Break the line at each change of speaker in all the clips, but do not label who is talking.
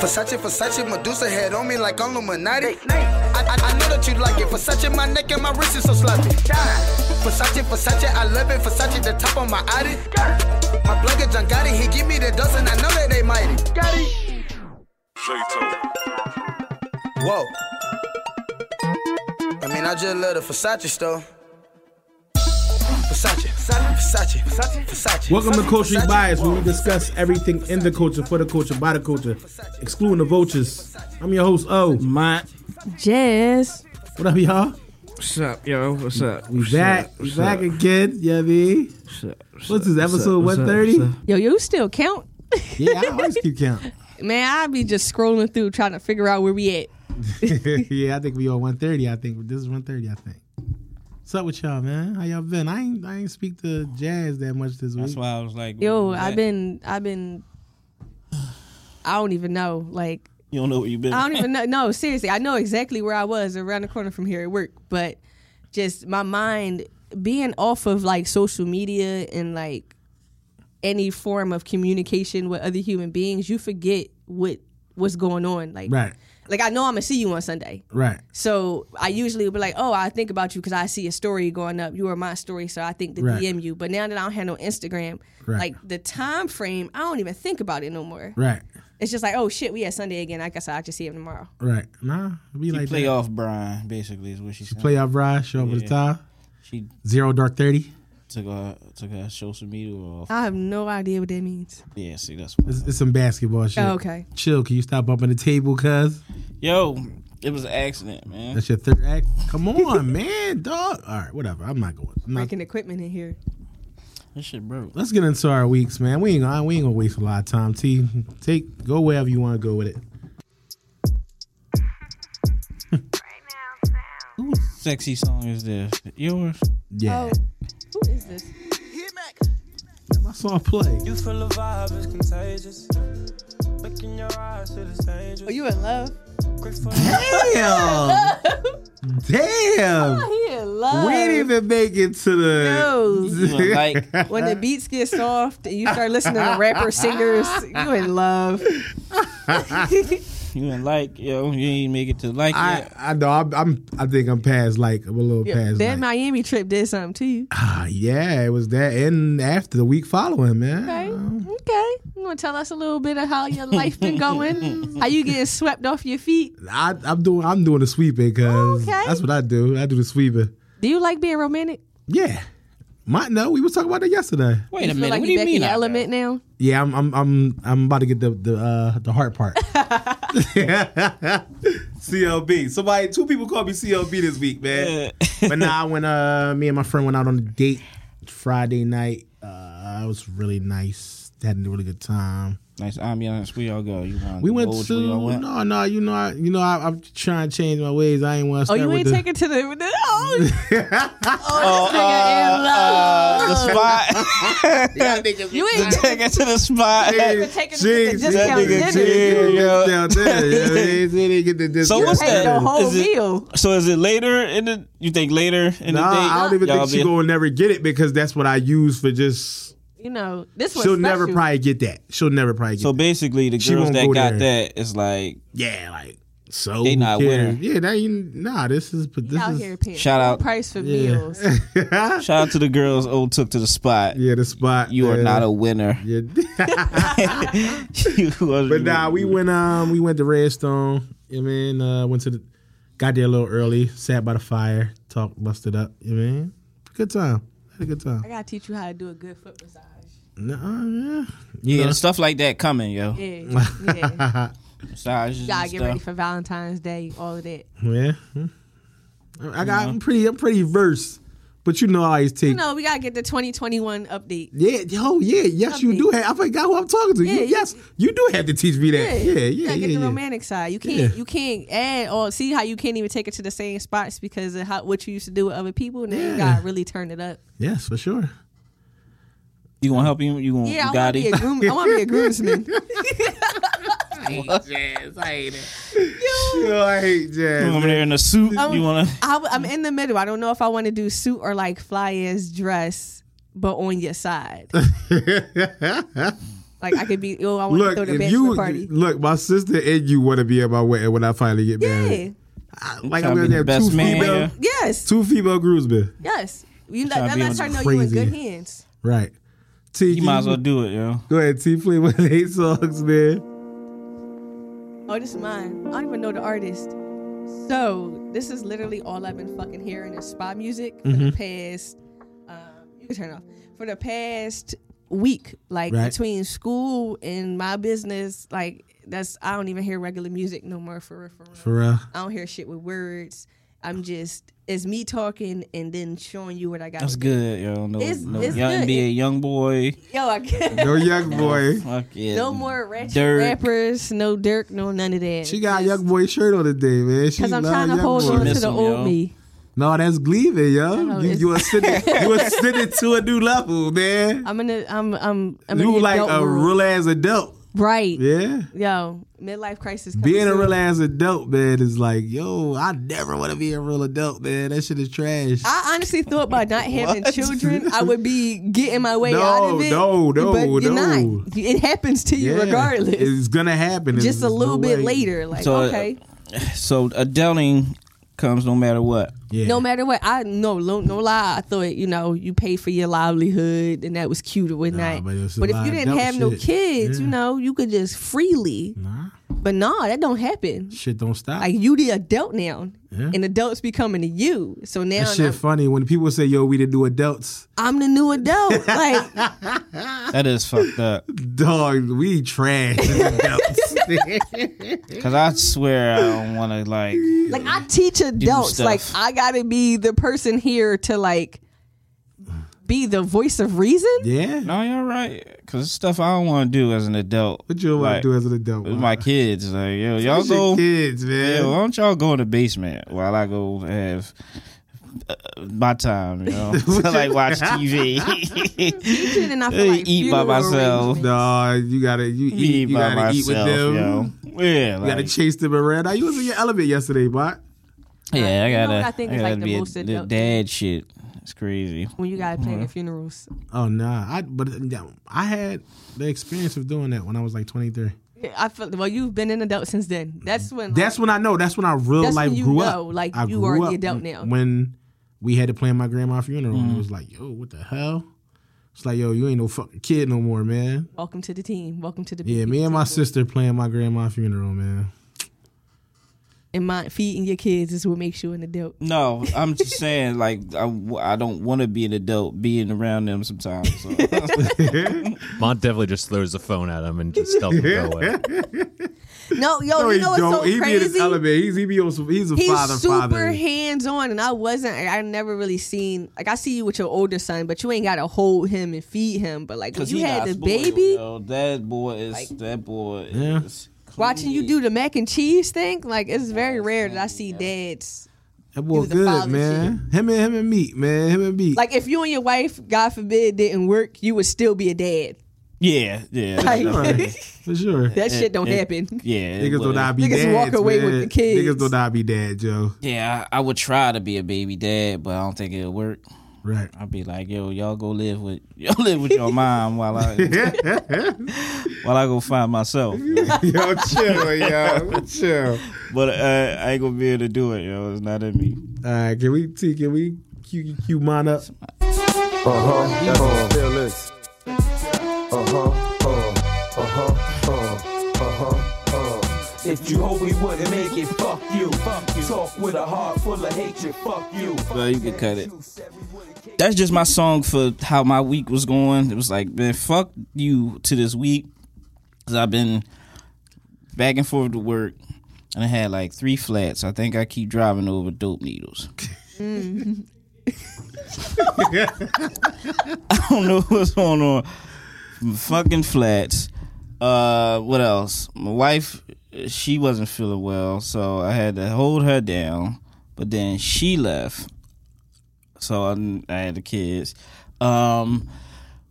Versace, Versace, Medusa head on me like I'm Illuminati. I, I, I know that you like it. Versace, my neck and my wrist is so sloppy. Versace, Versace, I love it. Versace, the top of my Audi. My plug is Giangotti, he give me the dozen. I know that they mighty. Whoa. I mean, I just love the Versace store. Versace, Versace, Versace, Versace.
Welcome to Culture
Versace,
Bias, where we
whoa.
discuss everything in the culture, for the culture, by the culture, excluding the vultures. I'm your host, O.
Matt.
Jazz.
What up, y'all?
What's up, yo? What's up?
We
What's
back,
up?
we
What's
back
up?
again. Yeah, me.
What's up?
What's
What's up?
this,
What's
episode
up? What's up?
130?
What's up?
Yo, you still count?
Yeah, I always keep count.
Man, I be just scrolling through trying to figure out where we at.
yeah, I think we all 130. I think this is 130. I think. What's up with y'all, man? How y'all been? I ain't I ain't speak to jazz that much this week.
That's why I was like,
Yo,
where you
I've
at?
been, I've been, I don't even know. Like,
You don't know where you been.
I don't even know. No, seriously, I know exactly where I was around the corner from here at work, but just my mind being off of like social media and like any form of communication with other human beings, you forget what what's going on. Like,
Right,
like I know I'm gonna see you on Sunday.
right,
So I usually would be like, oh, I think about you because I see a story going up. You are my story, so I think to
Right.
DM you. But now that I don't have no Instagram,
Right.
like the time frame, I don't even think about it no more.
right,
It's just like, oh shit, we had Sunday again. I guess I just see him tomorrow.
right. Nah, it be
She
like
play
that.
off Brian, basically, is what she said.
playoff ride, show over the
Yeah.
top,
She
zero dark thirty.
took her took her social media off.
I have no idea what that means.
Uh,
Yeah, see, that's what.
It's, it's some basketball shit.
Oh, okay.
Chill, can you stop bumping the table, cuz?
Yo, it was an accident, man.
That's your third act. Come on, man, dog. All right, whatever. I'm not going. I'm not-
Breaking equipment in here.
That shit broke.
Let's get into our weeks, man. We ain't gonna we ain't gonna waste a lot of time. T take go wherever you wanna go with it.
Whose sexy song is this? Yours?
Yeah.
Oh, who is this?
My song play.
You full of vibe, it's contagious. Look in your eyes, it is
Oh,
dangerous.
you in love?
Grateful
Damn. Damn.
Oh, He in love.
We didn't even make it to the.
You look like
when the beats get soft and you start listening to rapper singers, you in love.
you and like yo, you ain't make it to like
I,
yet.
I know I'm, I'm I think I'm past like I'm a little past
that
like,
Miami trip did something to you.
ah, yeah it was that and after the week following man
Okay.
Um,
Okay. You want to tell us a little bit of how your life been going? how you getting swept off your feet?
I, I'm doing I'm doing the sweeping because
Oh, Okay.
that's what I do I do the sweeping
Do you like being romantic?
yeah my no we was talking about that yesterday
Wait
Feel
a minute,
like
what do
you
you
back
mean?
in your
I know?
element now?
yeah I'm I'm I'm, I'm about to get the the uh, the hard part CLB somebody two people called me CLB this week man.
Yeah.
but nah, when uh, me and my friend went out on a date Friday night, uh, it was really nice. Had a really good time.
nice ambiance. We all go. You want
We went
Loads,
to
we all went.
no, no. You know, I, you know, I, I'm trying to change my ways. I ain't want to
Oh,
start
you
with
ain't
the.
taking to the. Oh, oh, this nigga in
Uh,
love.
the spot.
you ain't
Take it to the spot.
even taking the
Jeez,
discount dinner.
nigga cheated.
Yeah,
yo.
down there, you know what I mean? They didn't get the
So
discount.
what's
Ate
that?
the whole
Is it-
meal.
So is it later in the? You think later in
Nah,
the day?
I don't even
y'all
think she
be-
gonna never get it because that's what I use for just.
You know, this was
She'll never
special.
probably get that. She'll never probably get.
So
that.
basically, the
She
girls
won't
that
go
got
there.
that is like
yeah, like so.
They
who
not
cares?
winning.
Yeah, that you nah. This is but this
out
is
here paying
Shout
full
out.
price for
yeah.
meals.
shout out to the girls. Old took to the spot.
yeah, the spot.
You are
yeah.
not a winner.
Yeah.
You are-
but nah, we went um we went to Redstone. You know what I mean uh went to the got there a little early, sat by the fire, talked busted up, you know what I mean? Good time. Had a good time.
I gotta teach you how to do a good foot massage.
Nuh-uh,
Yeah, and stuff like that coming, yo.
Yeah, yeah.
yeah.
Massages and
Gotta get ready
stuff.
for Valentine's Day. All of that.
yeah. Hmm. I I got I'm pretty I'm pretty versed. But you know I always take
You know, we gotta get the 2021 update.
Yeah, oh yeah, yes you do have I forgot who I'm talking to.
Yeah,
you,
you-
yes, you do have to teach me that. Yeah, yeah,
You
yeah.
gotta
yeah,
get the romantic side. You can't
Yeah.
you can't add or see how you can't even take it to the same spots because of how what you used to do with other people. Now you
Yeah.
gotta really turn it up.
Yes, for sure.
You gonna help him? You gonna
Yeah, I wanna be
Gotti?
a groom. I wanna be a groomsman.
Yo, I hate
You
jazz.
want me there in a suit?
Um,
you wanna?
I, am in the middle. I don't know if I want to do suit or like fly ass dress, but on your side. Like I could be. Oh, I want to
Look,
throw the
if
bachelor
you
party.
look, my sister and you want to be at my wedding when I finally get
Yeah.
married. I, like
Tryna
I'm
be
gonna
the
have
best
two
man,
female,
yeah.
Yes.
two female groomsmen.
Yes. You know,
Tryna
that
be
lets her
on
know you
the
in
crazy.
good hands.
Right. T,
You might as well do it, yo.
go ahead. T, play one of eight songs, man.
Oh, this is mine. I don't even know the artist. So this is literally all I've been fucking hearing is spa music for
Mm-hmm.
the past. Um, you can turn it off for the past week, like
Right.
between school and my business. Like that's I don't even hear regular music no more for real, for real.
For real.
I don't hear shit with words. I'm just it's me talking and then showing you what I got.
That's good, yo. No,
It's-
no
it's
young
good.
be a young boy.
Yo, I can't.
No young boy.
Fuck yeah.
No more ratchet
Dirk.
rappers, no Dirk, no none of that.
She got a young boy shirt on today, man. She
Because I'm
love
trying to
young
hold
boy.
on to
Miss
the
him,
old
yo.
me.
No, that's gleaving, yo.
know,
You
it's-
you ascended, you ascended to a new level, man.
I'm in the I'm I'm I'm in
You
the
like
adult
a
world.
real ass adult,
right.
yeah.
Yo, midlife crisis. coming
Being a
soon.
real ass adult, man, is like, yo, I never want to be a real adult, man. That shit is trash.
I honestly thought by not having children, I would be getting my way
No,
out of it.
no, no,
but you're
no.
not. It happens to you
Yeah.
regardless.
it's gonna happen. There's-
Just a
there's
little
no
bit
way.
later, like
So, uh,
okay,
So adulting comes no matter what.
Yeah.
no matter what. I no, no, no lie. I thought you know you pay for your livelihood and that was cute or whatnot.
but it's a
but if
lot
you
of
didn't
adult
have no
shit.
kids, you
Yeah.
know you could just freely.
nah,
But nah, that don't happen.
shit don't stop.
like you the adult now,
Yeah.
and adults be coming to you. So now
that shit
I'm,
funny when people say, yo, we the new adults.
I'm the new adult. Like
That is fucked up.
Dog, we trash as adults.
Cause I swear I don't want to like.
like I teach adults.
stuff.
Like I gotta be the person here to like be the voice of reason.
yeah.
No, you're right. Cause it's stuff I don't want to do as an adult.
What you want to
Like,
do as an adult?
With
man?
my kids, like yo, y'all
It's your
go.
kids,
Yeah,
man.
why don't y'all go in the basement while I go have uh, my time, you know? to like watch TV.
Teaching and I feel
Hey,
like
eat by
funeral
myself.
arrangements.
Nah, you gotta you eat, you gotta eat with them.
yo. Yeah,
You gotta
like,
chase them around. Now you was in your element yesterday, bot.
yeah, I
You know
gotta.
what I think is,
gotta
like, the
be a-
most
the
adult
dad shit. It's crazy.
When you gotta plan your funerals,
Oh nah, I but yeah, I had the experience of doing that when I was like 23.
Yeah, I feel well. You've been an adult since then. That's when.
That's when I know. That's when I real
That's
life
when you
grew
know,
up.
like,
I
you
grew
are the
up
adult
w-
now.
When we had to plan my grandma's funeral,
Mm.
and it was like, yo, what the hell? It's like, yo, you ain't no fucking kid no more, man.
like, welcome to the team. Welcome to the
Yeah,
BB
me and my
team.
sister playing my grandma's funeral, man.
and my feeding your kids is what makes you an adult.
No, I'm just saying, like, I, w- I don't want to be an adult being around them sometimes. So.
Mont definitely just throws the phone at him and just tells him to go away.
No, yo, Oh, you know what's so
he be in
crazy?
his element. He's he be on some, he's a
He's
father,
super
father.
hands on, and I wasn't. I I never really seen like I see you with your older son, but you ain't got to hold him and feed him. But like when
Because
you
he
had
not
the
spoiled,
baby,
yo. That boy is. that boy
Yeah.
is.
watching you do the mac and cheese thing, like it's very rare that I see dads.
That boy
the
good,
father
man. Him and him and meat, man. Him and meat.
Like if you and your wife, God forbid, didn't work, you would still be a dad.
Yeah, yeah.
Like,
Right. for sure.
That shit don't
it-
happen.
Yeah, it
Niggas
would-
don't not be
Niggas
dads.
walk away
man.
with the kids.
Niggas don't not be dad, Joe.
Yeah, I, I would try to be a baby dad, but I don't think it'll work.
Right.
I'd be like, yo, y'all go live with y'all live with your mom while I while I go find myself.
yo, chill, yo, chill.
But uh, I ain't gonna be able to do it, yo. It's not in me.
All right, can we T? Can we Q Q mine up?
That's what still is. Uh-huh, uh, uh-huh, uh, uh-huh, uh. If you hope we wouldn't make it, fuck you. Fuck you. Talk with a heart full of hatred, fuck you.
Well, you can cut it. That's just my song for how my week was going. It was like, man, fuck you to this week, cause I've been back and forth to work, and I had like three flats. I think I keep driving over dope needles. I don't know what's going on. Fucking flats. Uh, what else? My wife, she wasn't feeling well, so I had to hold her down. But then she left, so I, I had the kids. Um,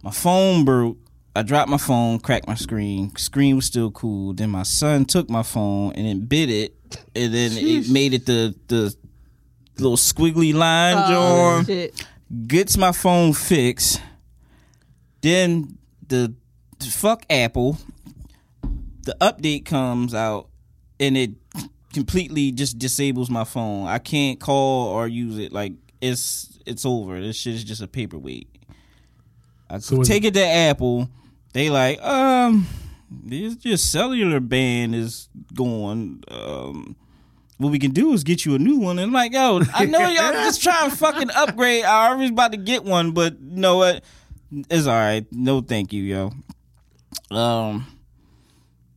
my phone broke. I dropped my phone, cracked my screen. Screen was still cool. Then my son took my phone and it bit it, and then it made it the the little squiggly line,
Oh,
John
shit.
gets my phone fixed. Then the fuck Apple. The update comes out and it completely just disables my phone. I can't call or use it. Like it's it's over. This shit is just a paperweight. I
So is-
take it to Apple. They like um, this your cellular band is going. Um, what we can do is get you a new one. And I'm like, yo, I know y'all just trying to fucking upgrade. I already about to get one, but you know what? It's all right. No, thank you, yo. Um,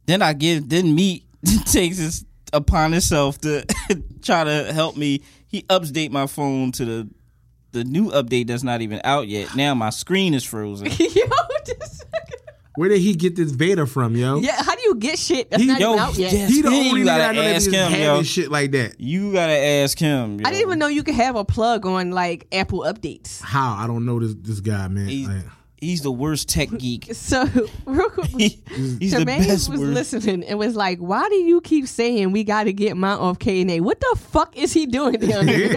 then I give. Then me takes it upon himself to try to help me. He update my phone to the the new update that's not even out yet. Now my screen is frozen.
yo, just,
Where did he get this Vader from, yo?
yeah. How do you get shit that's
He-
not
yo,
even out yet?
yes.
He the
Yeah, you
only
gotta
guy I know that
ask
just
him,
having
yo.
shit like that.
You gotta ask him.
I didn't even know you could have a plug on like Apple updates.
How? I don't know this this guy, man.
He-
Like,
He's the worst tech geek.
So real quick,
He- he's the
Jermaine was
best. Worst.
listening and was like, "Why do you keep saying we got to get mine off KNA? What the fuck is he doing down here?"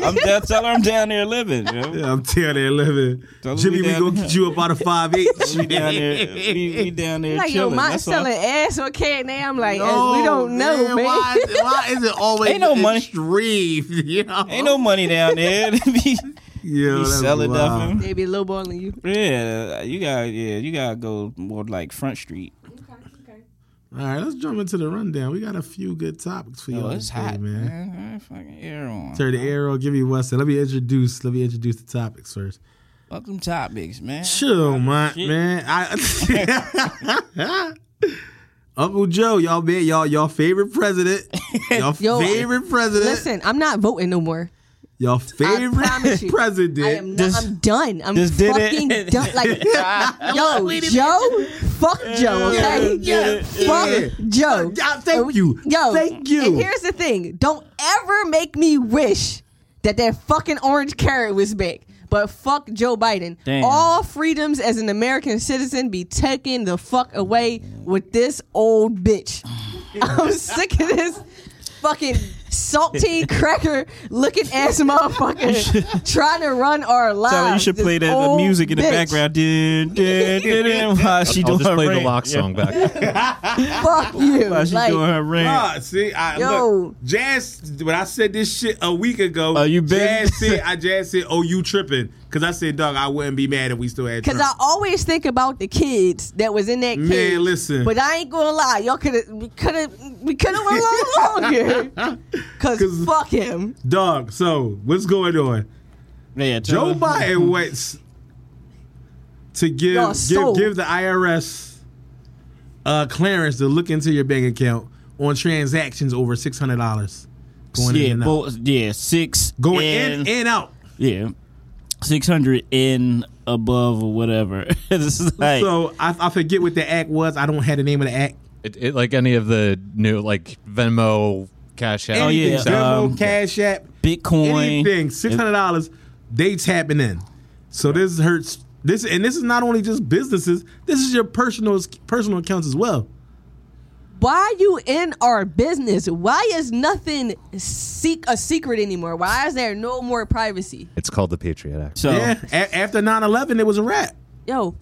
I'm down, tell her I'm down there living. Yo.
yeah, I'm telling you, living.
Tell him
Jimmy,
we
we
down
gonna
here.
get you up out of five eight.
We down there. We, we down there
like, yo,
chilling.
mine
That's all.
selling ass on KNA. I'm like,
No,
we don't know,
Oh,
man.
Why, why is it always
Ain't no money.
extreme? You know?
Ain't no money down there. Be-
Yo,
be
that's
selling
wild.
nothing.
they be lowballing you.
Yeah, you got. Yeah, you gotta go more like Front Street.
All right, let's jump into the rundown. We got a few good topics for
Yo,
y'all
Oh, it's
today,
hot,
man.
man. All right, fucking air on.
Turn the air on. Give me Weston. Let me introduce. Let me introduce the topics first.
Fuck them topics, man.
Chill, my man. I, Uncle Joe, y'all man, y'all y'all favorite president, y'all
Yo,
favorite president,
Listen, I'm not voting no more.
y'all
promise
favorite
you,
president.
I am not,
This-
I'm done. I'm
this did it.
fucking done. Like, yo, Joe, fuck Joe, okay?
Yeah,
Fuck
yeah.
Joe. Uh,
Yeah, thank you.
Yo,
Thank you.
And here's the thing: don't ever make me wish that that fucking orange carrot was back. But fuck Joe Biden.
Damn.
All freedoms as an American citizen be taken the fuck away with this old bitch. I'm sick of this fucking saltine cracker looking ass motherfucker trying to run our lives.
Tell her you should
This
play the, the
old
music in the
bitch.
background. Dun, dun, dun, dun, while she
I'll
doing
just
her
play the
ring.
lock
Yeah,
song back.
Fuck you.
While she
Like,
doing her ring.
Ah, see, I
Yo.
look, Jazz. When I said this shit a week ago,
Oh, you been-
Jazz said I Jazz said, "Oh, you tripping?" Because I said, "Dog, I wouldn't be mad if we still had."
Cause I
Trump."
always think about the kids that was in that cage.
Man, listen.
But I ain't gonna lie, y'all could have, we could have, we could have went along longer. Cause,
'Cause-
fuck him.
dog. So what's going on?
Yeah, tell
Joe
her.
Biden wants to give
Y'all
give,
sold.
give the IRS uh, clearance to look into your bank account on transactions over six hundred dollars going
Yeah,
in and out.
bo- yeah, six
going
and-
in and out.
yeah, six hundred and above or whatever. this is like
So I, I forget what the act was. I don't have the name of the act.
It, it, like any of the new, like Venmo, Cash App.
Oh, yeah,
Anything, Venmo,
um,
Cash App,
Bitcoin.
anything. Six hundred dollars. They tapping in. So this hurts. This and this is not only just businesses. This is your personal personal accounts as well.
Why you in our business? Why is nothing seek a secret anymore? Why is there no more privacy?
It's called the Patriot Act.
Oh.
So
Yeah. A- after 9-11, it was a wrap.
Yo,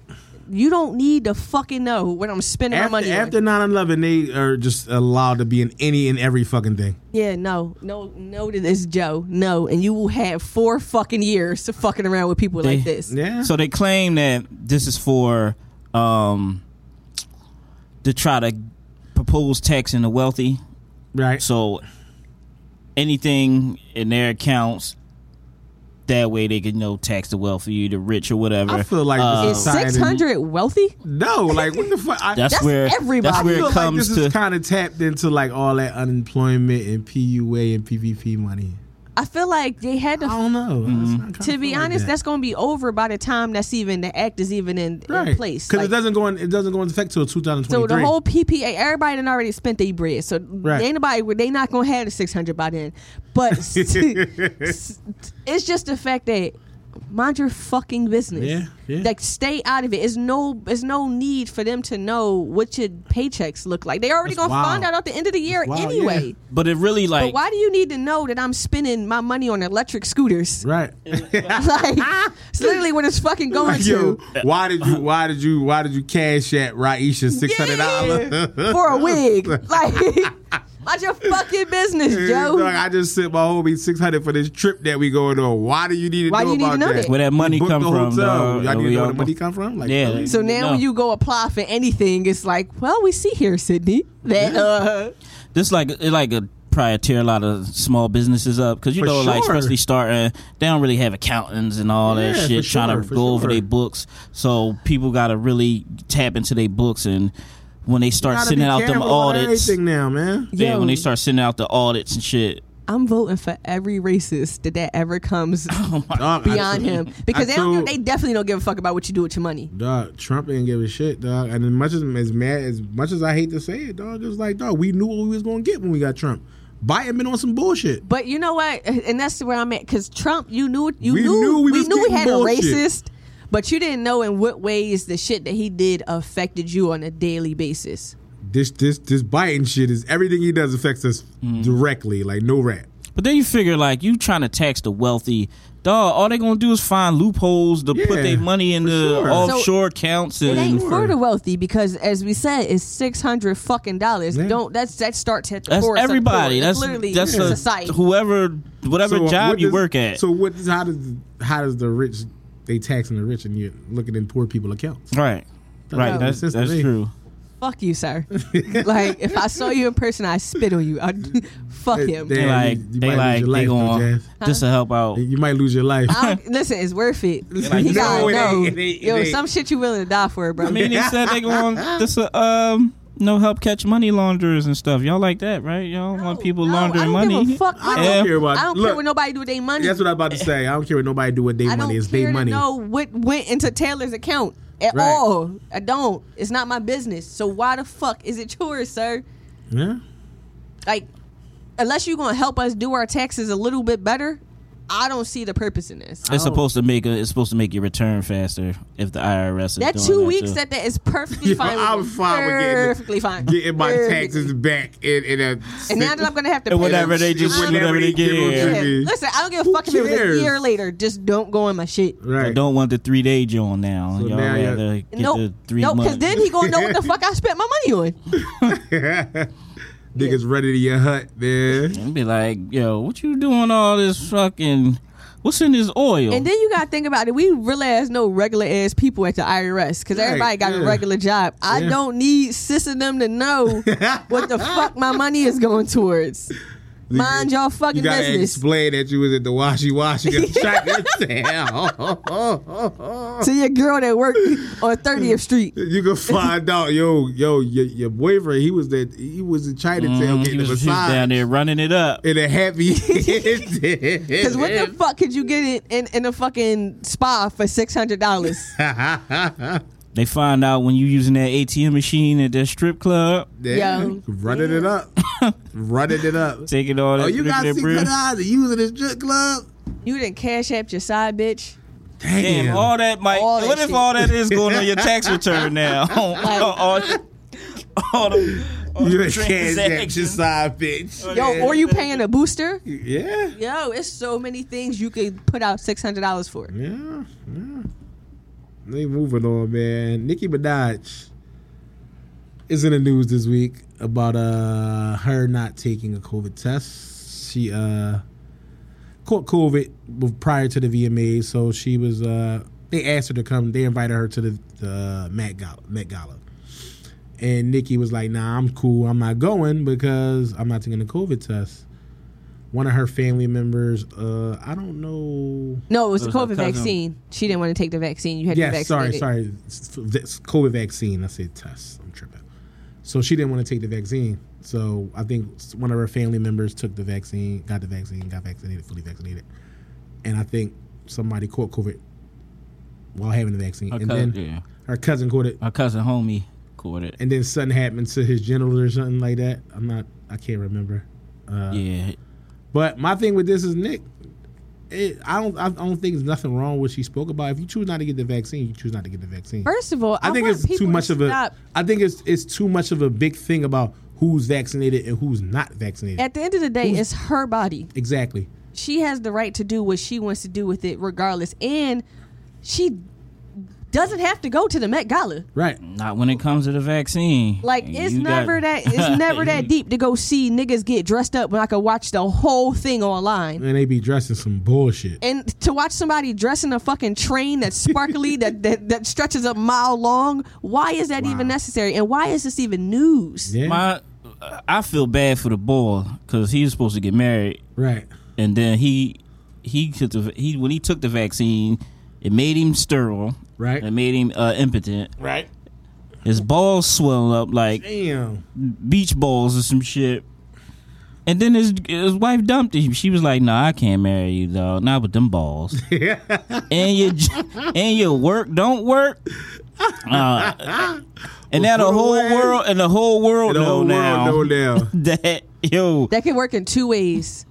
you don't need to fucking know what I'm spending my
After,
money
after
on.
9-11, they are just allowed to be in any and every fucking thing.
Yeah, no, no, no to this, Joe. No, and you will have four fucking years to fucking around with people like
They-
this.
Yeah.
So they claim that this is for um to try to propose taxing the wealthy.
right.
So anything in their accounts that way they can you know tax the wealthy, the rich or whatever.
I feel like
Uh,
this
Is
is society-
600 wealthy?
No, like what the fuck? I,
that's,
that's
where
everybody.
that's where
I feel
it
like
comes
this is
to
kind of tapped into like all that unemployment and PUA and PVP money.
I feel like they had to
I don't know.
Mm-hmm. to be honest, that's going to be over by the time that's even the act is even in, in place.
because
Like,
it doesn't go in, it doesn't go into effect till 2023.
so the whole PPA, everybody done already spent their bread. So
Right.
ain't nobody they not going to have the six hundred by then. But it's just the fact that mind your fucking business.
Yeah, yeah.
Like stay out of it. It's no it's no need for them to know what your paychecks look like. They already
That's
gonna
wild.
find out at the end of the year
wild,
anyway.
yeah.
But it really
But
like
why do you need to know that I'm spending my money on electric scooters?
Right.
like it's literally what it's fucking going
Yo,
to
why did you why did you why did you cash at Raisha six hundred dollars?
for a wig. Like mind your fucking business, Joe.
I just sent my homie six hundred for this trip that we going on. Why do you need to
Why
know
you need to
about
know
that?
that?
where that money
Book
come
the
from.
hotel.
dog.
Y'all need
We
to know where
all-
the money come from. Like,
Yeah.
really?
So now when
No.
you go apply for anything, it's like, well, we see here, Sydney, that uh,
This like it like a probably tear a lot of small businesses up because you
For
know like
sure.
especially starting they don't really have accountants and all that
Yeah, for
shit trying
sure,
to
for
go over
sure.
their books. So people got to really tap into their books and when they start
Gotta
sending
be
out them
careful about
audits,
Everything now, man.
yeah,
Yo.
when they start sending out the audits and shit.
I'm voting for every racist that that ever comes
Dog, I-
beyond him because
I
they, don't,
told-
give- they definitely don't give a fuck about what you do with your money.
Dog, Trump didn't give a shit, dog. And as much as as mad as much as I hate to say it, dog, it was like, dog, we knew what we was gonna get when we got Trump. Biden been on some bullshit.
But you know what? And that's where I'm at because Trump, you knew you
We
knew,
knew we
we,
was
knew we
getting
had
bullshit.
a racist, but you didn't know in what ways the shit that he did affected you on a daily basis.
This this this Biden shit is everything he does affects us
Mm.
directly, like no rat.
But then you figure like you trying to tax the wealthy. Dog, all they gonna do is find loopholes to
Yeah,
put their money in
for
the
sure.
offshore accounts
It ain't
and
for the wealthy because, as we said, it's six hundred fucking dollars.
Yeah.
Don't that's that starts at the
that's
poorest of the
everybody.
poor.
That's
It's literally
that's a-
society.
whoever whatever job
uh, what
you
does-
work at.
So what? How does how does the rich they taxing the rich and you're looking in poor people accounts?
Right. Right,
make
that's,
sense
that's
to me.
true.
fuck you, sir. like if I saw you in person, I spit on you. I'd fuck him.
They
They like
you
they
might
like
lose your
they
life, though,
going
Jazz.
just to help out.
You might lose your life.
I don't- listen, it's worth it.
like,
you gotta
no, it
know.
ain't, it ain't, it
Yo,
ain't.
some shit you willing to die for, bro.
I mean, they said they going this uh, um no help catch money launderers and stuff. Y'all like that, right? Y'all want people
No, I
laundering
don't
money?
Give a fuck
I
what-
don't care about.
I don't
look,
care what nobody do with their money.
That's what I'm about to say. I don't care what nobody do with their
I don't
money. It's
care
their money.
to know what went into Taylor's account at
Right.
all. I don't. It's not my business. So why the fuck is it yours, sir?
Yeah.
Like, unless you're gonna help us do our taxes a little bit better, I don't see the purpose in this.
It's supposed to make a, it's supposed to make your return faster if the IRS is
That
doing
two
that
weeks
too.
that that is perfectly
Yo,
fine. with
I'm
me.
fine with getting-
perfectly fine.
Getting my
Perfectly.
taxes back in in a.
And now that I'm gonna have to
And
pay
whatever they
them-
just
I'm-
whatever they
give them
get.
Yeah.
to me.
Listen, I don't give a
Who
fuck if it was
cares?
a year later. Just don't go in my shit.
I
right.
don't want the three day joint now.
So
Y'all
now you-
rather get
Nope.
the three
Nope,
months.
because then he gonna know what the fuck I spent my money on.
Niggas ready to your hut, man.
and be like, yo, what you doing all this fucking? What's in this oil?
And then you gotta think about it. We realize no regular ass people at the IRS because
Right,
everybody got
yeah.
a regular job. I
Yeah.
don't need sis and them to know what the fuck my money is going towards. Mind y'all fucking
You gotta
business.
explain that you was at the washy washy China town.
to your girl that worked on 30th Street.
You can find out, yo, yo, your, your boyfriend. He was that. He was in Chinatown
Mm, he
getting
was
a
he was
massage
down there running it up.
in a happy.
Because
Because
what the fuck could you get it in, in a fucking spa for $600?
They find out when you using that ATM machine at that strip club,
Yo.
running it up, running it up.
taking all that.
Oh, you
drinking
got
that
six
bread.
hundred dollars and using this strip club?
You didn't cash app your side bitch.
Damn, all that might.
All that
what if
shit.
all that is going on your tax return now? all, all the, all
You
the
done cash that your
transactions.
side, bitch.
Yo, or you paying a booster?
Yeah.
Yo, it's so many things you could put out six hundred dollars for.
Yeah, yeah. They moving on, man. Nicki Minaj is in the news this week about uh her not taking a COVID test. She uh caught COVID bef- prior to the VMAs, so she was uh they asked her to come. They invited her to the, the Met Gala. Met Gala. And Nikki was like, "Nah, I'm cool. I'm not going because I'm not taking a COVID test." One of her family members, uh, I don't know
No, it was the
Those are
COVID
cousin-
vaccine. She didn't want to take the vaccine. You had to
yeah,
be
sorry,
vaccinated.
sorry. It's f- This COVID vaccine. I said test. I'm tripping. So she didn't want to take the vaccine. So I think s- one of her family members took the vaccine, got the vaccine, got vaccinated, fully vaccinated, and I think somebody caught COVID while having the vaccine,
Her
and
cousin,
then
yeah.
her cousin caught it,
My cousin homie caught it.
and then something happened to his genitals or something like that. I'm not. I can't remember.
yeah,
But my thing with this is Nick. it, I don't. I don't think there's nothing wrong with what she spoke about. If you choose not to get the vaccine, you choose not to get the vaccine.
First of all, I,
I think
want
it's too
people
much
to
of a.
stop.
I think it's it's too much of a big thing about who's vaccinated and who's not vaccinated.
At the end of the day, it's her body.
exactly.
She has the right to do what she wants to do with it, regardless. And she doesn't have to go to the Met Gala.
Right.
Not when it comes to the vaccine.
Like
You
it's
got-
never that it's never that deep to go see niggas get dressed up when I could watch the whole thing online.
And they be dressing some bullshit.
And to watch somebody dressing a fucking train that's sparkly that, that that stretches a mile long, why is that even necessary? And why is this even news?
Yeah.
My, I feel bad for the boy because he was supposed to get married,
right.
and then he he took the he when he took the vaccine, it made him sterile.
Right.
It made him uh, impotent.
Right.
His balls swell up like
Damn.
beach balls or some shit. And then his his wife dumped him. She was like, "Nah, I can't marry you, dog. Not with them balls. and your j- and your work don't work. Uh, and now the
put
whole
away.
world and the whole world
The
know
whole world
now
know now.
that yo
That can work in two ways.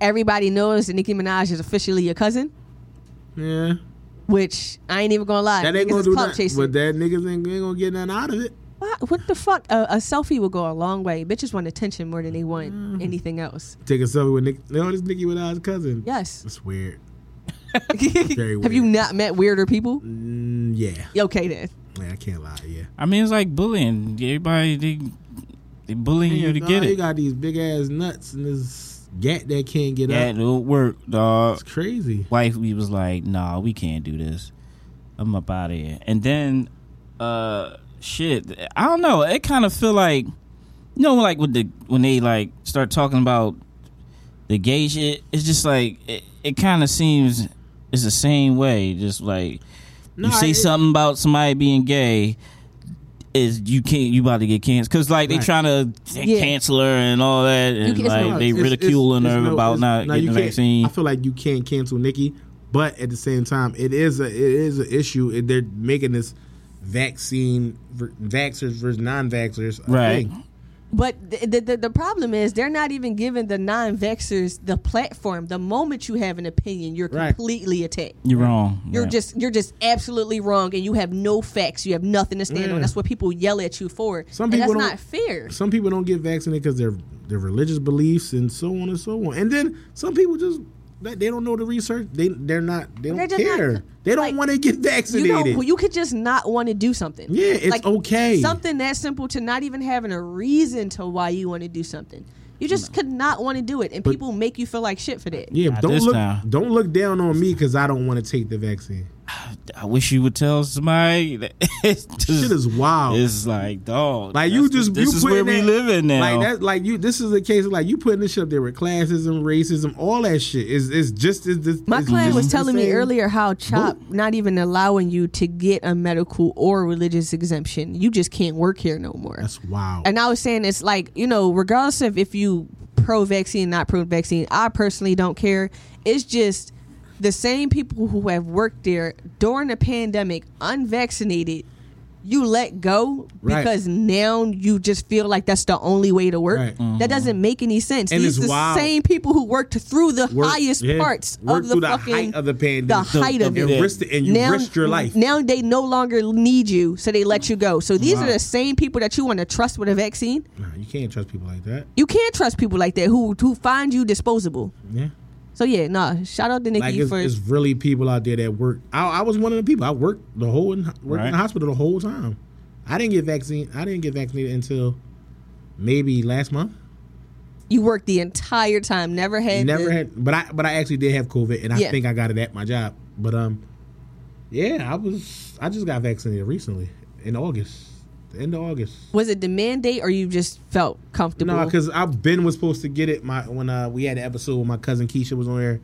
Everybody knows that Nicki Minaj is officially your cousin,
Yeah.
which I ain't even gonna lie.
That ain't
niggas
gonna
is
do
clout
nothing.
chasing.
But that niggas ain't, ain't gonna get nothing out of it.
Why- What the fuck? A, a selfie will go a long way. Bitches want attention more than they want anything else.
Take a selfie with Nick. No, this Nicki Minaj's cousin.
Yes.
That's weird.
Have you
weird.
not met weirder people?
Mm, yeah.
Okay then.
Man, I can't lie. Yeah.
I mean, it's like bullying. Everybody they they bullying you to
Dog,
get
You
it.
got these big ass nuts and this gat that can't get
That
up.
don't work, dog.
It's crazy.
wife we was like nah we can't do this i'm up out of here and then uh shit i don't know it kind of feel like you know like with the when they like start talking about the gay shit it's just like it, it kind of seems it's the same way just like
Nah,
you say
it-
something about somebody being gay is you can't you about to get canceled because like
Right.
they trying to
Yeah.
cancel her and all that and
can't- it's
like
not-
they
It's- it's-
ridiculing
it's
her
no-
about
it's-
not
nah,
getting
you
the
can't-
vaccine
I feel like you can't cancel Nikki, but at the same time, it is a it is an issue. It, they're making this vaccine ver- vaxxers versus non-vaxxers a
Right.
thing.
But the, the, the, the problem is they're not even giving the non-vexers the platform. The moment you have an opinion, you're
Right.
completely attacked.
you're wrong
You're
Right.
just you're just absolutely wrong, and you have no facts. You have nothing to stand on. That's what people yell at you for.
Mm. Some
and
people
that's
don't-
not fair.
Some people don't get vaccinated because their their religious beliefs and so on and so on. And then some people just they they don't know the research. They they're not they
They're
don't
just not-
care. they don't
like,
want to get
You
vaccinated.
don't. well, You could just not want to do something.
Yeah, it's okay.
Something that simple to not even having a reason to why you want to do something. You just could not want to do it, and people make you feel like shit for that.
yeah,
Not
don't
this
look
time.
don't look down on me because I don't want to take the vaccine.
I wish you would tell somebody that it's
Shit is wild.
It's like dog.
Like you
that's-
just
this
you
is where
putting
we
that-
live in now.
Like that, like you. This is a case of like you putting this shit up there with classism, racism, all that shit. Is it's just is this.
My
it's
client
just
was
the
telling me
same.
earlier how CHOP not even allowing you to get a medical or religious exemption. You just can't work here no more.
That's wow.
and I was saying it's like you know, regardless of if you pro vaccine, not pro vaccine, I personally don't care. It's just the same people who have worked there during the pandemic, unvaccinated, you let go
Right.
because now you just feel like that's the only way to work.
Right.
That doesn't make any sense.
And
These
it's
the
wild.
same people who worked through the
Work-
highest
yeah.
parts
Work
of
through
the fucking
height of the pandemic,
the height of
and
it.
risked it, and you risked your life.
Now they no longer need you, so they let you go. So these are the same people that you want to trust with a vaccine.
Nah, you can't trust people like that.
You can't trust people like that who who find you disposable.
Yeah,
So yeah, nah. Shout out to Nikki
like it's,
for
it's really people out there that work. I, I was one of the people. I worked the whole worked in
Right.
the hospital the whole time. I didn't get vaccine. I didn't get vaccinated until maybe last month.
you worked the entire time. Never had
Never
the-
had, but I but I actually did have COVID, and I
Yeah.
think I got it at my job. But um, yeah, I was I just got vaccinated recently in August, the end of August.
Was it the mandate or you just felt comfortable?
No, because I Ben was supposed to get it. My when uh, we had an episode where my cousin Keisha was on there,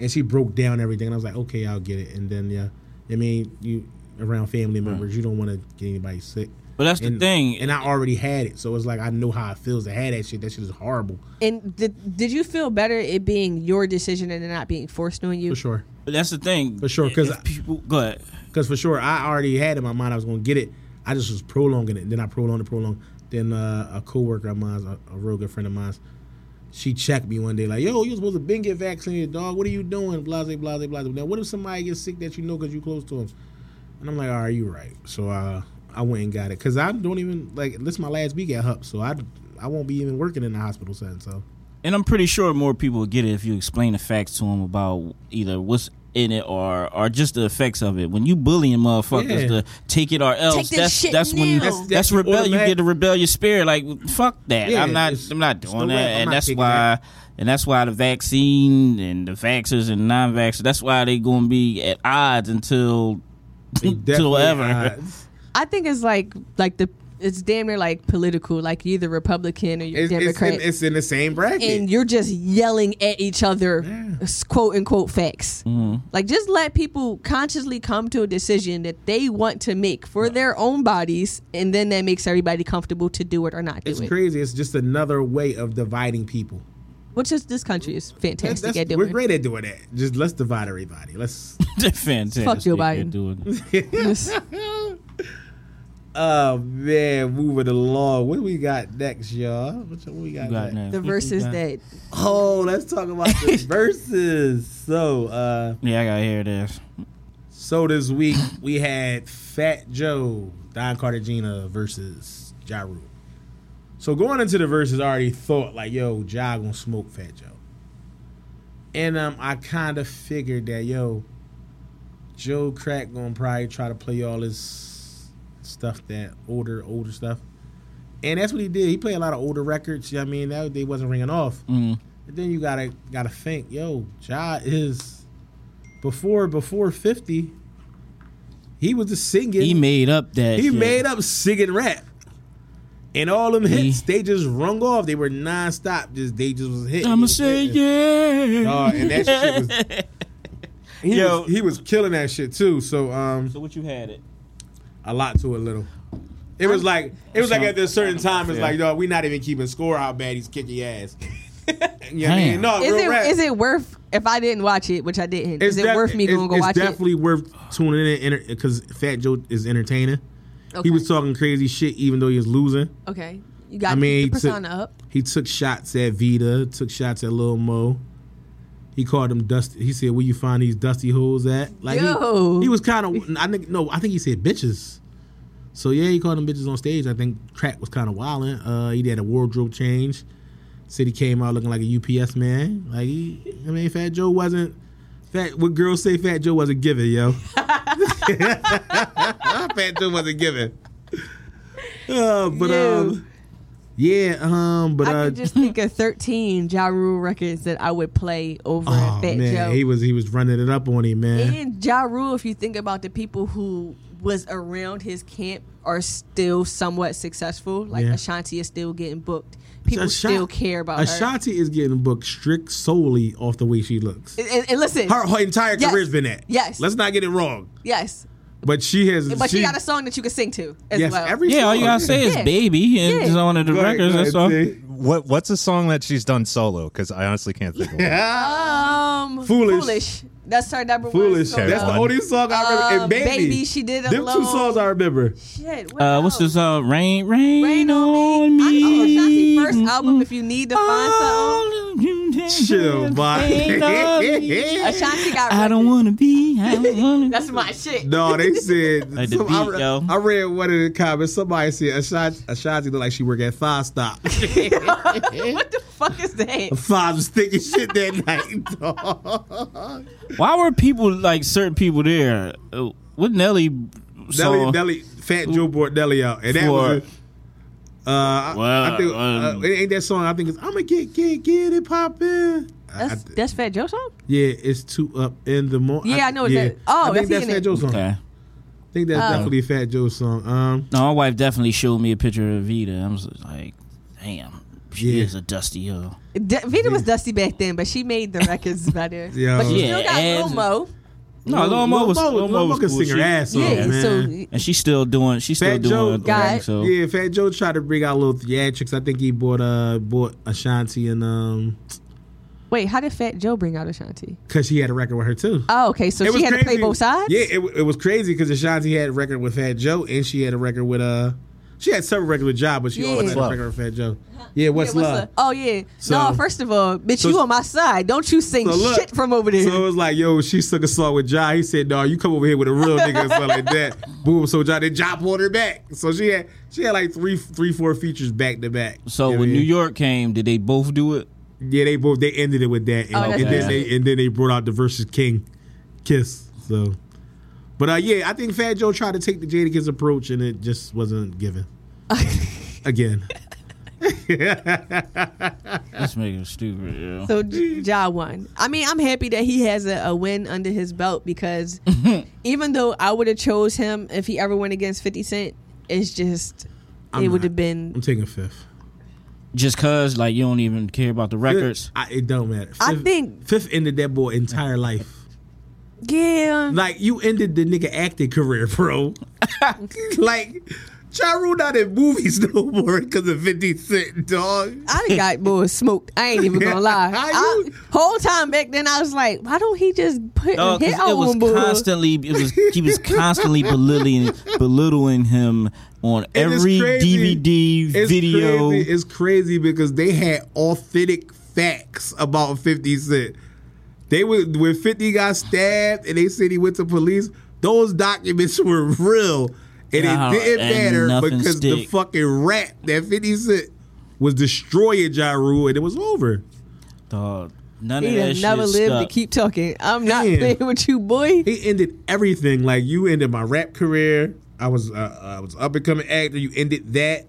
and she broke down everything, and I was like, okay, I'll get it. And then yeah, I mean you around family members, you don't want to get anybody sick.
but that's the
And,
thing.
and I already had it, so it's like I know how it feels to have that shit. That shit is horrible
and did, did you feel better it being your decision and it not being forced on you?
for sure.
but that's the thing.
For sure, 'cause
If
I-
people go ahead.
Because for sure, I already had in my mind I was going to get it. I just was prolonging it. Then I prolonged it, prolonged. Then uh, a coworker of mine, a, a real good friend of mine, she checked me one day, like, yo, you supposed to been get vaccinated, dog. What are you doing? Blase, blase, blase. Now, what if somebody gets sick that you know because you close to them? And I'm like, all right, you right. So uh, I went and got it because I don't even like this. Is my last week at HUP, so I I won't be even working in the hospital setting. So
And I'm pretty sure more people get it if you explain the facts to them about either what's in it or or just the effects of it. When you bullying motherfuckers
Yeah.
to take it or else,
Take this
that's
shit
that's when you,
now.
that's,
That's-
that's
rebel. You
automatic-
get a rebellious spirit. Like fuck that.
Yeah,
I'm not.
it's-
I'm not
it's
doing
no
that.
way. I'm
and
not
that's
taking
why.
that.
And that's why the vaccine and the vaxxers and non-vaxxers. That's why they going to be at odds until until
definitely
ever.
odds.
I think it's like like the it's damn near like political, like you're either Republican or you're
It's, it's,
Democrat,
in, it's in the same bracket.
and you're just yelling at each other,
Yeah.
s- quote unquote facts.
Mm-hmm.
Like just let people consciously come to a decision that they want to make for their own bodies, and then that makes everybody comfortable to do it or not do
it's
it.
crazy. It's just another way of dividing people.
Which is this country is
That-
fantastic
that's-
at doing.
we're great at doing that. Just let's divide everybody. Let's.
Fantastic.
Fuck Joe
They're
Biden.
doing it.
oh man, moving along. What do we got next, y'all? What, what we got,
You got
next?
now.
the verses that
Oh, let's talk about the verses. So, uh,
Yeah, I gotta hear this.
so this week we had Fat Joe, Don Cartagena versus Ja Rule. So going into the verses, I already thought like, yo, Ja gonna smoke Fat Joe, and um, I kind of figured that yo, Joe Crack gonna probably try to play all this stuff that older, older stuff, and that's what he did. He played a lot of older records. You know what I mean, that they wasn't ringing off.
Mm.
But then you gotta gotta think, yo, Ja is before before fifty. He was just singing.
He made up that.
He
shit.
made up singing rap, and all them
He-
hits they just rung off. They were nonstop. Just they just was hitting.
I'ma say yeah.
Dog, and that shit
was.
He
Yo.
was, he was killing that shit too. So um,
so what you had it?
a lot to a little. It was like it was like at this certain time. It's
Yeah.
like, yo, we not even keeping score how bad he's kicking your ass. you know what I mean?
Damn.
No,
is
Oh, real
it
rap.
is it worth if I didn't watch it, which I didn't, is it
def-
worth me
it's-
going to go
it's
watch
definitely worth tuning in because Fat Joe is entertaining.
it? Okay.
He was talking crazy shit even though he was losing.
okay. You got
I mean,
the
he took,
persona up.
he took shots at Vita, took shots at Lil Mo. He called him dusty. He said, "Where you find these dusty holes at?" Like he-
Yo.
He, was kind of. I think no. I think he said bitches. So yeah, he called them bitches on stage. I think Crack was kind of wilding. Uh, he had a wardrobe change. Said he came out looking like a UPS man. Like he, I mean, Fat Joe wasn't. Fat what girls say Fat Joe wasn't giving, yo. Fat Joe wasn't giving. Uh, but um, yeah, um, but
I
uh,
could just think of 13 Ja Rule records that I would play over
oh
Fat
man,
Joe.
he was he was running it up on him, man.
and Ja Rule, if you think about the people who was around his camp are still somewhat successful. Like
Yeah.
Ashanti is still getting booked. People
Asha-
still care about her.
Ashanti is getting booked strict solely off the way she looks.
And, and- and listen,
Her, her entire
Yes.
career's been that.
Yes.
let's not get it wrong.
yes,
But she has.
but she, got a song that you can sing to as
yes,
well.
every
Yeah, all you gotta say is
Yeah.
baby, and
Yeah.
it's on the records. That's all.
What What's a song that she's done solo? Because I honestly can't think of one.
Yeah.
um,
Foolish.
foolish. That's her number
Foolish.
one. song. Oh,
Okay,
That's the
one.
only song I remember.
Um,
and baby,
Baby, she did
Them
alone.
two songs I remember.
Shit. What
Uh, what's
else?
this? Uh, rain, rain,
Rain
on me.
I know Ashanti's first album. If you need to find
Mm-hmm.
something,
Chill, boy.
Ashanti got.
I don't want to be. I don't want to.
That's my shit.
No, they said
Like the
some- I,
beat,
re-
yo.
I read one of the comments. Somebody said Ashanti, Ashanti looked like she work at Five Stop.
what the fuck is that?
Five was thinking shit that night. dog.
Why were people like certain people there? Uh, What Nelly
Nelly,
song?
Nelly, Fat Joe brought Nelly out, and that
For-
was. A, uh, I, I
Well,
think
um,
uh, it ain't that song. I think it's I'ma get get get it poppin'. I- I
That's,
th-
that's Fat Joe song.
yeah, it's two up in the morning.
Yeah, I know it's that- oh,
I think that's
that's he in
Fat
it.
Joe's song.
Okay.
I think that's
Oh.
definitely Fat Joe's song. Um,
No, my wife definitely showed me a picture of Vita. I was like, damn, she
Yeah.
is a dusty hoe.
D- Vita was dusty back then, but she made the records better.
Yo.
But she
Yeah,
still got Lil
and-
Mo.
No, Lil Mo was
Lil Mo,
Lil Mo was
can
cool.
sing
She-
her ass off,
Yeah,
man.
so
And she's still doing. She's still
Fat
doing.
Joe-
her thing,
Got it.
so
Yeah, Fat Joe tried to bring out little theatrics. I think he bought uh bought Ashanti and um
wait, how did Fat Joe bring out Ashanti?
because he had a record with her too.
Oh, okay, so she had to play both sides.
Yeah, it, wa- it was crazy because Ashanti had a record with Fat Joe and she had a record with uh She had some regular job, but she
Yeah.
always had a
What's
regular fat job. Yeah, what's
Yeah, what's
love?
up? Oh yeah.
So-
no, first of all, bitch,
so-
you on my side. Don't you sing
So look,
Oh, shit from over there.
So it was like, yo, she took a song with Jai. He said, dog, you come over here with a real nigga or something like that. Boom. So Jai then Jai pulled her back. So she had she had like three three four features back to back. You
So
know
when
what I
New
mean?
York came, did they both do it?
yeah, they both they ended it with that, and,
Oh, that's
and
what
then
I
they and then they brought out the versus King, Kiss. So, but uh, yeah, I think Fat Joe tried to take the Jadakiss approach, and it just wasn't given. Again,
That's making stupid. Yo.
So J- Ja won. I mean, I'm happy that he has a, a win under his belt because even though I would have chose him if he ever went against 50 Cent, it's just it
I'm
would
not.
have been.
I'm taking fifth.
Just cause like you don't even care about the records.
I, it don't matter. Fifth,
I think-
fifth ended that boy entire life.
Yeah,
Like you ended the nigga acting career, bro. like Ja Rule not in movies no more because of 50 Cent, dog.
I done got boy smoked. I ain't even gonna lie.
How
I,
you-
whole time back then, I was like, why don't he just put
Oh,
a
'cause
hit out
it was
on boy?
constantly it was he was constantly belittling belittling him on
And it's
every
crazy.
DVD
It's
video.
Crazy. It's crazy because they had authentic facts about 50 Cent. They were when 50 got stabbed and they said he went to police, those documents were real. And
Nah,
it didn't
and
matter
nothing
because the
stick.
fucking rap that 50 Cent was destroying Ja Rule and it was over.
Dog, none
He
of that
done
shit
never lived
stuck.
to keep talking. I'm not
Damn.
playing with you, boy.
He ended everything. Like you ended my rap career. I was uh, I was up and coming actor. You ended that.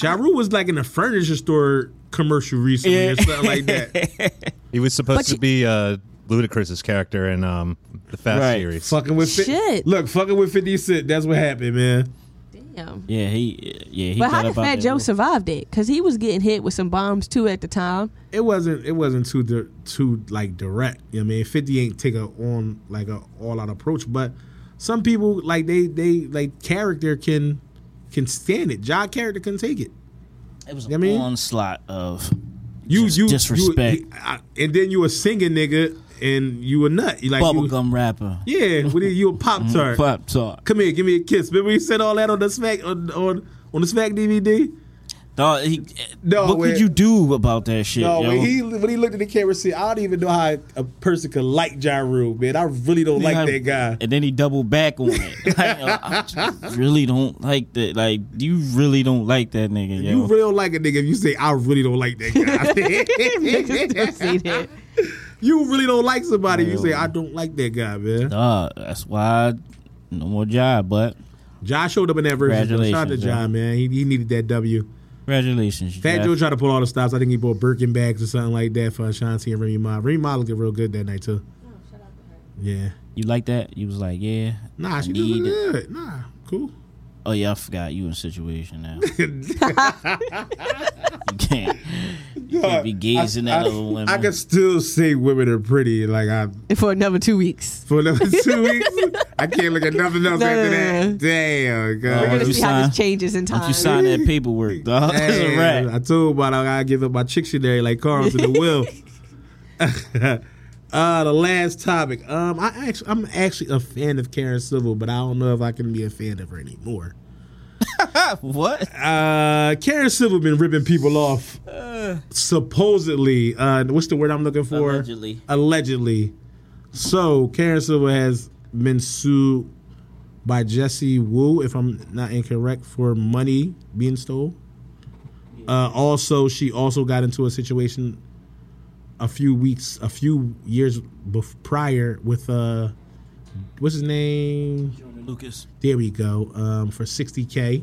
Ja Rule was like in a furniture store commercial recently or something like that.
He was supposed
But
to
you-
be uh, Ludacris's character in um, the Fast
Right.
series.
fucking with fi-
Shit.
Look, fucking with Fifty Cent. That's what happened, man.
Damn.
Yeah, he yeah he.
But how
thought
did
about
Fat
that.
Joe survive that? Because he was getting hit with some bombs too at the time.
It wasn't. It wasn't too di- too like direct. You know what I mean, Fifty ain't take a on like a all out approach. But some people like they they like character can can stand it. Ja character can take it.
It was
You
an
mean?
onslaught of
you
Just
you
disrespect.
you- I- and then you a singing nigga, and you a nut. You like you,
bubblegum rapper.
Yeah, what is, you a
Mm,
pop tart.
Pop talk.
Come here, give me a kiss. Remember you said all that on the smack on on, on the smack DVD.
Dog, he,
No,
what
when-
could you do about that shit?
No,
yo?
when he when he looked at the camera, see, I don't even know how a person could like Ja Rule, man. I really don't like
Nigga,
that guy.
And then he doubled back on it. Like, yo, I just really don't like that. Like you really don't like that nigga. Yo.
You really don't like a nigga if you say I really don't like that
Niggas
guy.
don't say that.
you really don't like somebody if you say
Yo.
I don't like that guy, man.
Dog, that's why no more job. But
Ja showed up in that version. Shout out to
Congratulations,
Ja,
man.
man. He, he needed that W.
congratulations,
Fat
Jeff.
Joe tried to pull all the stops. I think he bought Birkin bags or something like that for Ashanti and Remy Ma. Remy Ma looked real good that night too. Yeah.
You like that? You was like, yeah.
Nah,
I
she
need
looked
it.
good. Nah, cool.
Oh yeah, I forgot you in situation now. you can't. You can't be gazing at
I,
other women.
I can still say women are pretty. Like I
For another two weeks.
for another two weeks, I can't look at nothing else
No,
after
no, no,
that.
no.
Damn,
We're
We're
Why
God.
gonna
don't
see
you
how
sign-
this changes in
Once
time.
you sign that paperwork, dog, that's a
Damn,
wrap.
I told about I gotta give up my dictionary like Carl's in the will. uh, the last topic. Um, I actually, I'm actually a fan of Karen Civil, but I don't know if I can be a fan of her anymore.
What?
Uh, Karen Civil been ripping people off. supposedly, uh, what's the word I'm looking for?
Allegedly.
Allegedly. So Karen Silva has been sued by Jesse Wu, if I'm not incorrect, for money being stole. Uh, also, she also got into a situation a few weeks, a few years bef- prior with uh, what's his name?
Lucas.
There we go. Um, for sixty k.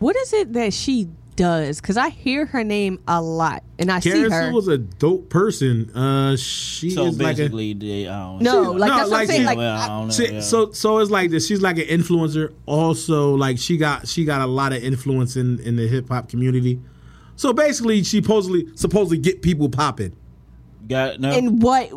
What is it that she does? Because I hear her name a lot, and I see
Karen
her.
Silva's a dope person. Uh, she
So
is like a
basically, they um,
no, like
No,
that's what
like
I'm saying.
she-
Like,
well, I
I,
don't know.
So,
yeah.
so so it's like this. She's like an influencer. Also, like she got she got a lot of influence in in the hip hop community. So basically, she supposedly supposedly get people popping.
got no.
in what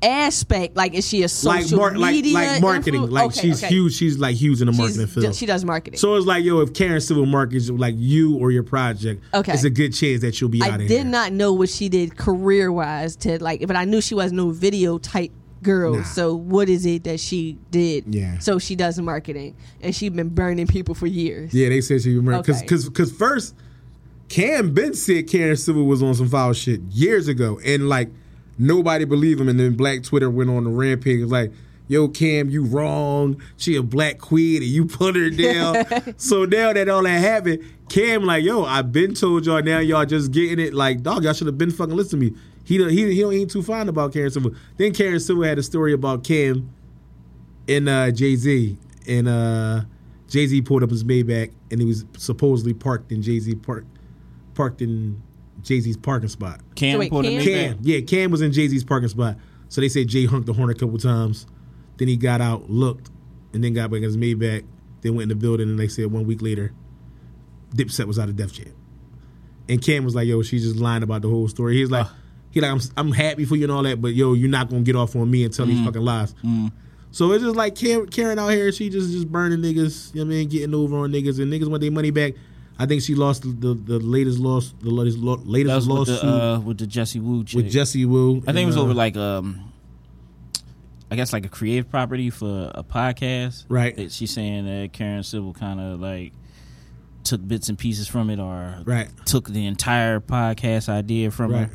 aspect? Like, is she a
Like
social
mar- like
media?
like marketing.
influ-
Like
Okay,
she's
okay.
huge. She's like huge in the
She's-
marketing field.
She does marketing.
so it's like yo, if Karen Civil markets like you or your project,
Okay.
it's a good chance that you'll be out
I
of
did
here.
not know what she did career wise to like, but I knew she was no video type girl.
Nah.
So what is it that she did?
Yeah.
So she does marketing, and she been burning people for years.
Yeah, they said she was murdered. Cause,
Okay.
cause, cause first, Cam Ben said Karen Civil was on some foul shit years ago, and like nobody believed him. And then Black Twitter went on the rampage, was like, "Yo, Cam, you wrong. She a black queen, and you put her down." so now that all that happened, Cam like, "Yo, I've been told y'all. Now y'all just getting it. Like, dog, y'all should have been fucking listening to me." He don't- he he don't ain't too fond about Karen Civil. Then Karen Civil had a story about Cam and uh, Jay Z, and uh, Jay Z pulled up his Maybach, and it was supposedly parked in Jay Z park, parked in Jay Z's parking spot.
Cam
So wait,
pulled a
Cam-
Maybach.
Cam, yeah, Cam was in Jay Z's parking spot, so they said Jay honked the horn a couple times. Then he got out, looked, and then got back in his Maybach. Then went in the building, and they said one week later, Dipset was out of Def Jam. And Cam was like, "Yo, she's just lying about the whole story." He's like, "He like, I'm I'm happy for you and all that, but yo, you're not gonna get off on me and tell
Mm.
these fucking lies." So it's just like Karen, Karen out here, she just just burning niggas. You know what I mean, getting over on niggas, and niggas want their money back. I think she lost the, the, the latest loss, the latest lo-
That
latest
was with
lawsuit
the, uh, with the Jesse Wu chick.
with Jesse Wu.
I think it was
and, uh,
over like um, I guess like a creative property for a podcast.
Right.
That she's saying that Karen Civil kind of like took bits and pieces from it, or
Right.
took the entire podcast idea from
Right.
it.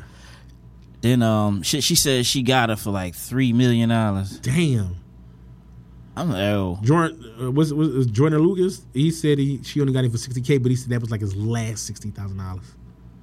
Then um, she, she said she got it for like three million dollars.
Damn,
I'm like, oh,
Jordan uh, was was was Jordan Lucas. He said he she only got it for sixty k, but he said that was like his last sixty thousand dollars.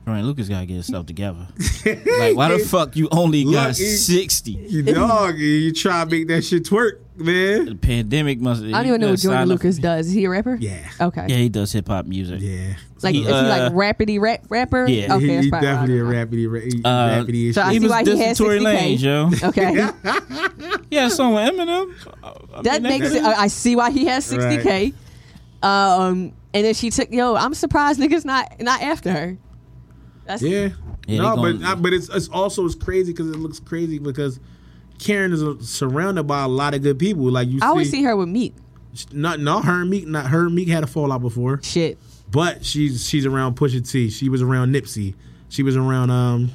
Ryan Lucas gotta get his stuff together. like, why the fuck you only got
Look, he-
sixty?
You dog, you try to make that shit twerk, man.
The pandemic must.
I don't even know what Jordan Lucas does. Is he a rapper?
Yeah,
Okay.
Yeah, he does hip hop music.
yeah.
Like
He,
is he like
uh,
rapidy rap rapper?
Yeah.
Okay,
he,
that's
he
probably why I
definitely a
don't know.
rapidy, ra-
Uh,
rapidy.
so I
He
see
was
why he had
dissing Tory
60K.
Lanez, yo.
Okay,
Yeah, so with Eminem. I- I
that
mean,
makes it. uh, I see why he has sixty k. Um, and then she took yo. I'm surprised niggas not not after her. That's,
Yeah.
Yeah,
no, but
they gon-
not- but it's it's also it's crazy because it looks crazy because Karen is uh, surrounded by a lot of good people. Like you,
I always
see,
see her with meat.
Not not her and Meek. Not her and Meek had a fallout before,
Shit.
but she's she's around Pusha T. She was around Nipsey. She was around um.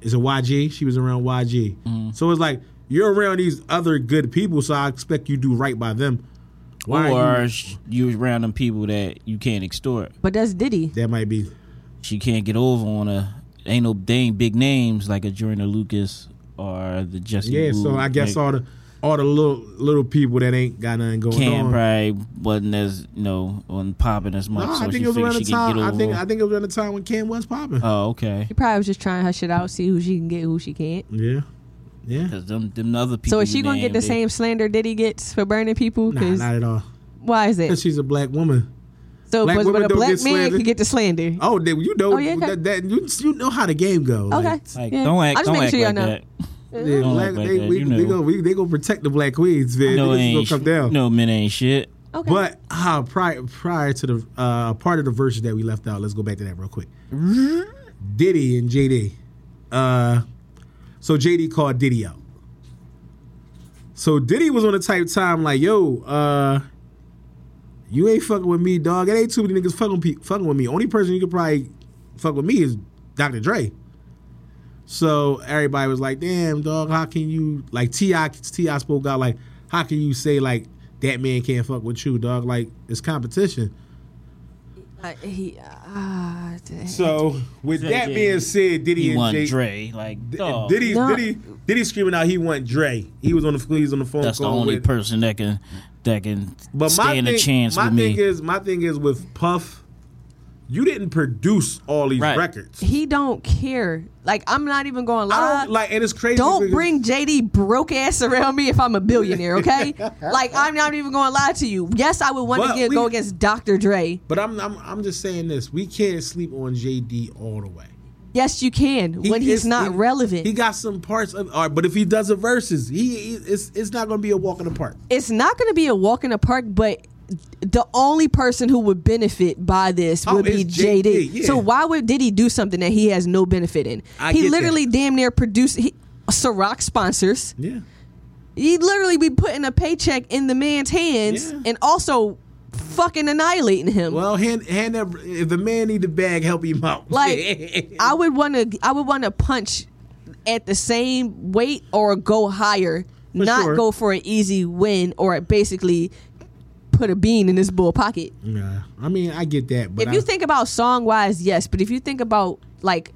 Is it YG? She was around YG.
Mm-hmm.
So it's like you're around these other good people, so I expect you do right by them. Why? are
or
you-
sh- you, around them people that you can't extort.
But that's Diddy.
that might be.
She can't get over on a ain't no they ain't big names like a Jordan Lucas or the Jesse.
Yeah.
Wu,
So I guess
like,
all the all the little little people that ain't got nothing going
Cam
on.
probably wasn't as you know on popping as much.
No,
so
I
she
think it was
figured
around the
she could
time.
Get
I
over
think
on-
I think it was around the time when Cam was popping.
oh, okay.
She probably was just trying her shit out, see who she can get, who she can't.
yeah, yeah.
Because them them other people.
So is she
you
gonna get
named,
the
they-
same slander Diddy gets for burning people?
Nah,
'Cause
not at all.
why is
Because
it?
she's a black woman.
So
black
but,
women
but a
don't
black man
get slandered.
can get the slander.
Oh, then you know
Oh, yeah, okay.
that, that you, you know how the game goes.
okay.
Like,
yeah.
Don't
I
act.
just
Don't
making
act
sure y'all
like
know. Uh-huh.
that.
yeah,
Don't
black,
act like
they,
that,
we,
you know.
they gonna we, they gonna protect the black queens, man.
No,
Niggas is
ain't
gonna come down.
no men ain't shit.
Okay.
But ah, prior prior to the uh, part of the version that we left out, let's go back to that real quick.
Mm-hmm.
Diddy and JD. Uh, so JD called Diddy out. So Diddy was on the type time like, yo, uh, you ain't fucking with me, dog. It ain't too many niggas fucking pe- fucking with me. Only person you could probably fuck with me is Dr. Dre. So everybody was like, "Damn, dog, how can you like Ti? Ti spoke out like, how can you say like that man can't fuck with you, dog? Like it's competition."
Uh, he, uh,
So with that
yeah.
being said, Diddy
He
and
want
Jay,
Dre. Like,
D-
dog.
Diddy,
No.
Diddy, Diddy screaming out, he want Dre. He was on the he was on the phone
That's the
call
only
with,
person that can that can
But my
stand
thing,
a chance
my
with
thing
me.
is, my thing is with Puff, you didn't produce all these
Right.
records.
he don't care. Like I'm not even going to
I
lie.
don't like, and it's crazy.
Don't
because-
bring JD broke ass around me if I'm a billionaire, okay? like I'm not even going to lie to you. Yes, I would want
But
to get,
we-
go against Dr. Dre.
But I'm, I'm I'm just saying this. We can't sleep on JD all the way.
Yes, you can
He
when he's
is-
not
he-
relevant.
He got some parts of art, but if he does a verses, he, he- it's it's not gonna be a walk in the park.
it's not going to be a walk in the park, but the only person who would benefit by this
Oh,
would be
it's
JD.
JD, yeah.
So why would did he do something that he has no benefit in?
I
he
get that.
literally damn near produced he, Ciroc sponsors.
Yeah.
He'd literally be putting a paycheck in the man's hands
Yeah.
and also fucking annihilating him.
Well, hand hand that, if the man need the bag, help him out.
Like I would want to, I would want to punch at the same weight or go higher, not
sure.
go for an easy win or basically put a bean in this bull pocket.
Nah, I mean I get that, but
if you
I-
think about song wise, yes, but if you think about like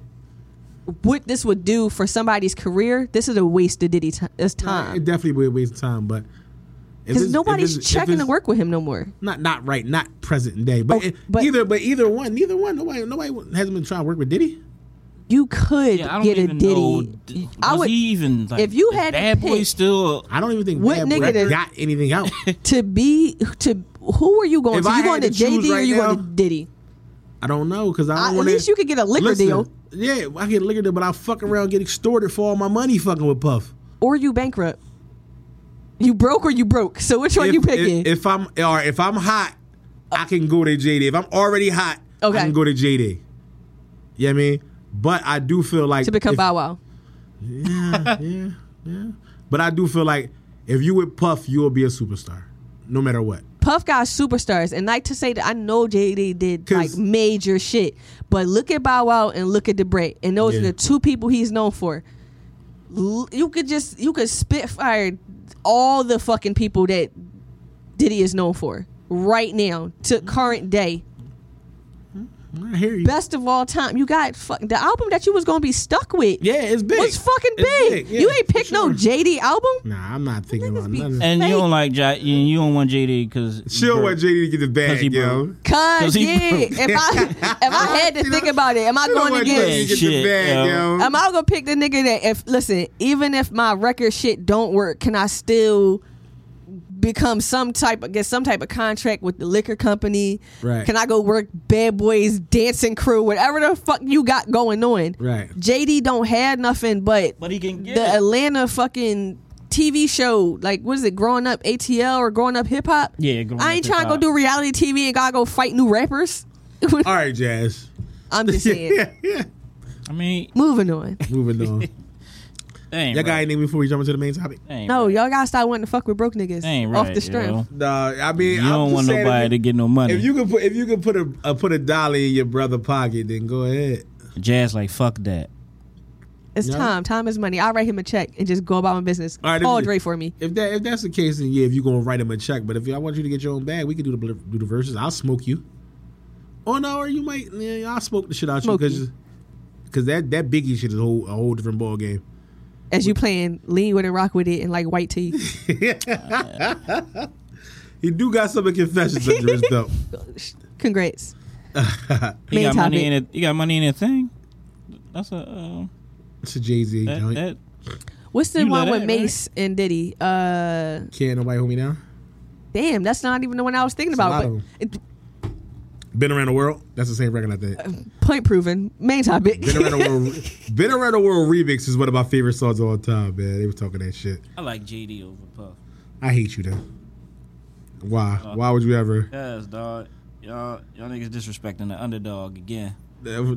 what this would do for somebody's career, this is a waste of Diddy t- his
it
time
definitely would be a waste of time. But if it's-
because
if
nobody's
it's- if
checking to
it's-
work with him no more.
Not not right, not present day, but,
Oh,
it-
but-
either but either one, neither one, nobody nobody hasn't been trying to work with Diddy.
You could
Yeah, I don't
get a
even know.
Diddy.
d- Was
I would
he even like,
if you
is
had to
Bad Boy
pick-
still?
I don't even think
What
Bad
nigga
Boy
that-
got anything out.
to be to who are you going
If
to?
I
You
had
going to
to choose
JD or
right
you
now-
going to Diddy?
I don't know because I don't
I- at
want
least you could get a liquor deal.
Yeah, I get a liquor deal, but I fuck around, and get extorted for all my money, fucking with Puff.
Or you bankrupt? You broke or you broke? So which one
if,
you picking?
If, if I'm or if I'm hot, I can go to JD. If I'm already hot,
Okay.
I can go to JD. You know what I mean? But I do feel like
to become
if,
Bow Wow.
yeah, yeah. But I do feel like if you with Puff, you will be a superstar, no matter what.
Puff got superstars, and like to say that I know JD did
'Cause-
like major shit, but look at Bow Wow and look at the break, and those are
Yeah.
the two people he's known for. L- you could just you could spit fire all the fucking people that Diddy is known for right now to current day.
I hear you.
Best of all time, you got fuck, the album that you was gonna be stuck with.
yeah, it's big.
was fucking big.
It's yeah,
you ain't
for
picked
sure.
no JD album.
Nah, I'm not thinking about
Niggas be-
nothing.
And you
Fake.
don't like J- and you don't want JD because
She'll want JD to get the
Cause he
bag, yo.
broke.
Cause
'Cause he
yeah,
broke.
if I if I had to think about it, am I
She don't
going to
want
get?
JD to get the
Shit,
bag,
yo.
yo.
I'm out gonna pick the nigga that if listen, even if my record shit don't work, can I still become some type of get some type of contract with the liquor company?
Right.
Can I go work Bad Boys dancing crew, whatever the fuck you got going on?
Right.
JD don't have nothing but
But he can get
the
it.
Atlanta fucking TV show, like what is it, growing up ATL or growing up hip hop?
Yeah, Growing
I
Up
ain't trying to go
Hip
do
Hop.
reality TV and gotta go fight new rappers.
All right, Jazz.
I'm just saying.
yeah, yeah.
I mean,
Moving on.
Moving on.
that ain't
Y'all got
right.
anything before we jump into the main topic?
That ain't
No,
right.
y'all gotta stop wanting to fuck with broke niggas
ain't
off
right,
the strength.
yo.
Nah, I mean,
You
I'm
don't
just
want
saying
nobody to
if you-
get no money.
If you could put, if you could put a uh, put a dollar in your brother pocket, then go ahead.
Jazz like fuck that.
It's
Yeah.
time. Time is money. I'll write him a check and just go about my business.
All right,
Call
if you-
Dre for me.
If that if that's the case, then yeah, if you're gonna write him a check. But if I want you to get your own bag, we can do the bl- do the verses. I'll smoke you. Oh no, or you might yeah, I'll smoke the shit out
Smoke
you
you.
because because that that Biggie shit is a whole a whole different ball game.
As you playing lean with it, rock with it, and like white tea.
He do got some of confessions under his belt.
Congrats.
He
Main
got money in
topic.
it. He got money in a thing. That's a uh,
It's a Jay Z.
Eh,
that, that
What's the
You
one
love
with
that,
Mace and Diddy? Uh,
Can't nobody hold me down.
damn, that's not even the one I was thinking
It's a lot
about.
of
But
'em.
it,
Been around the world. That's the same record I think.
point proven. Main topic.
Been around the world. Been around the world remix is one of my favorite songs of all time, man. They were talking that shit.
I like JD over Puff.
I hate you though. Why?
Uh.
Why would you ever?
Yes, dog. Y'all, y'all niggas disrespecting the underdog again.
No.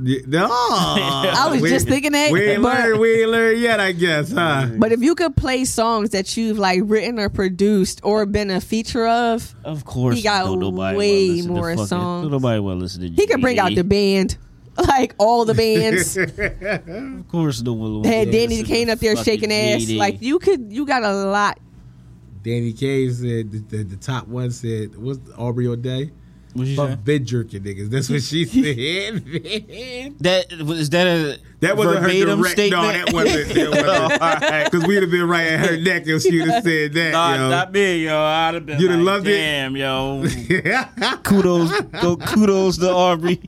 I
I was just thinking that.
We ain't
but-
learned. We ain't learned yet, I guess, huh?
But if you could play songs that you've like written or produced or been a feature of,
Of course,
He got
no- nobody
way
will listen to
more
fucking-
songs.
Nobody will listen to.
he could bring out the band, like all the bands.
Of course, no one will
Had
listen
Danny
to
Kane up there
fucking
shaking ass.
JD.
Like you could, you got a lot.
Danny Kaye said the, the, the top one said what's Aubrey O'Day?
What you say?
Fuck bed jerking niggas. That's what she said. man.
That is that a
That wasn't her
verbatim
direct.
statement?
No, that wasn't. That wasn't. Because we'd have been right at her neck if she'd have said that.
Nah,
yo.
not me, yo. I'd have been.
You'd have
like,
loved it?
Damn, yo. kudos, go, kudos to Aubrey.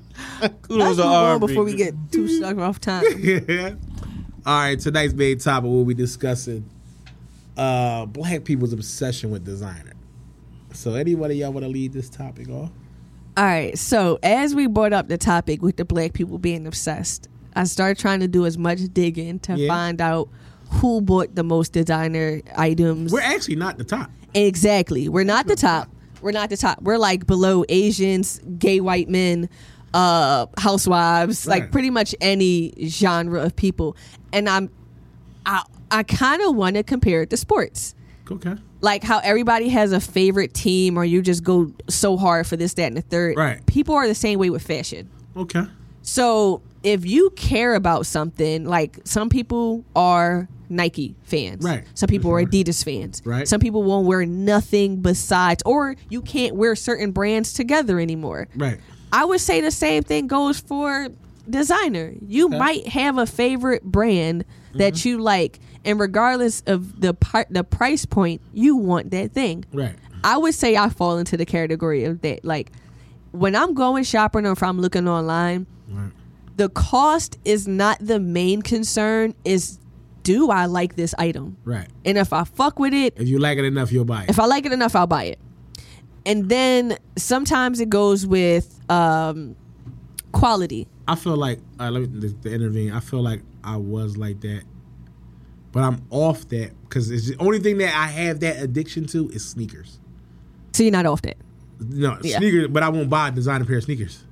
Let's
Kudos to
move on
Aubrey.
before we get too stuck off time.
yeah. All right, tonight's main topic we'll be discussing uh black people's obsession with designer. So anybody y'all want to lead this topic off?
All right. So as we brought up the topic with the black people being obsessed, I started trying to do as much digging to
Yeah.
find out who bought the most designer items.
We're actually not the top.
Exactly. We're not the top. We're not the top. We're like below Asians, gay white men, uh, housewives,
Right.
like pretty much any genre of people. And I'm, I, I kind of want to compare it to sports.
Okay.
Like how everybody has a favorite team, or you just go so hard for this, that, and the third.
Right.
People are the same way with fashion.
Okay.
So if you care about something, like some people are Nike fans,
Right.
Some people are Adidas fans,
Right.
Some people won't wear nothing besides, or you can't wear certain brands together anymore,
Right.
I would say the same thing goes for designer. You might have a favorite brand that
Mm-hmm.
you like, and regardless of the pri- the price point, you want that thing.
Right.
I would say I fall into the category of that. Like when I'm going shopping or if I'm looking online,
Right.
the cost is not the main concern. Is do I like this item?
Right.
And if I fuck with it,
If you like it enough, you'll buy it.
if I like it enough, I'll buy it. And then sometimes it goes with um, quality.
I feel like uh, let me the, the intervene. I feel like I was like that, but I'm off that because it's the only thing that I have that addiction to is sneakers.
So you're not off that.
No
Yeah.
sneakers, but I won't buy a designer pair of sneakers.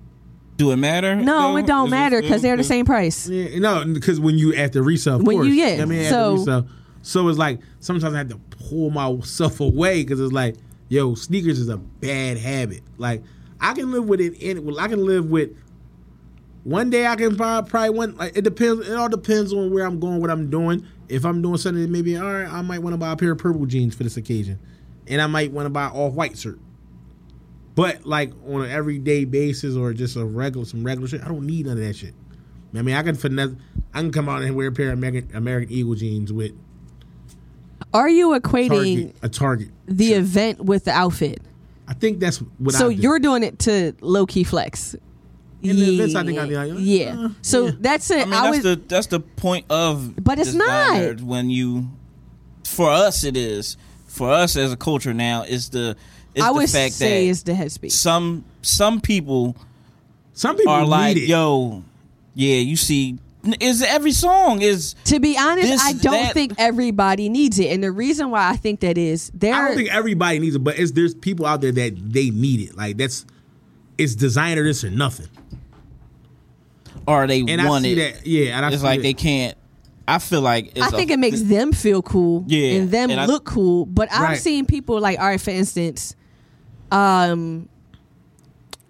Do it matter?
No,
though?
it don't
Is
matter
still-
because they're the
is-
same price.
Yeah, no, because when you at the resale, of
When you-
course.
yeah,
I mean, at
so-
the resale. So it's like sometimes I had to pull myself away because it's like, yo, sneakers is a bad habit. Like I can live with it. In, well, I can live with. One day I can buy probably one. Like it depends. It all depends on where I'm going, what I'm doing. If I'm doing something, that maybe all right, I might want to buy a pair of purple jeans for this occasion, and I might want to buy all white shirt. But like on an everyday basis or just a regular some regular shit, I don't need none of that shit. I mean, I can finesse. I can come out and wear a pair of American, American Eagle jeans with
Are you equating
Target, a Target.
the event with the outfit?
I think that's what.
so
I do.
you're doing it to low key flex.
In the events, I think I do, yeah.
yeah.
Uh,
so
yeah.
that's it.
I
I,
mean, that's
was,
the that's the point of.
But it's
this
not.
liner When you, for us, it is. For us as a culture now, is the is
I
the
would
fact
say
that
it's the headspace.
some some people
some people
are like,
need it.
yo, yeah, you see, n- is every song is
To be honest,
This-
I don't
that-
think everybody needs it, and the reason why I think that is there.
I don't think everybody needs it, but it's there's people out there that they need it. Like that's it's designer this or nothing.
are they
And I see
wanted?
that. Yeah, and I
It's
see
like
that.
they can't. I feel like it's
I think it makes them feel cool
Yeah,
and them
and I-
look cool. But I've
Right.
seen people like, all right, for instance, um,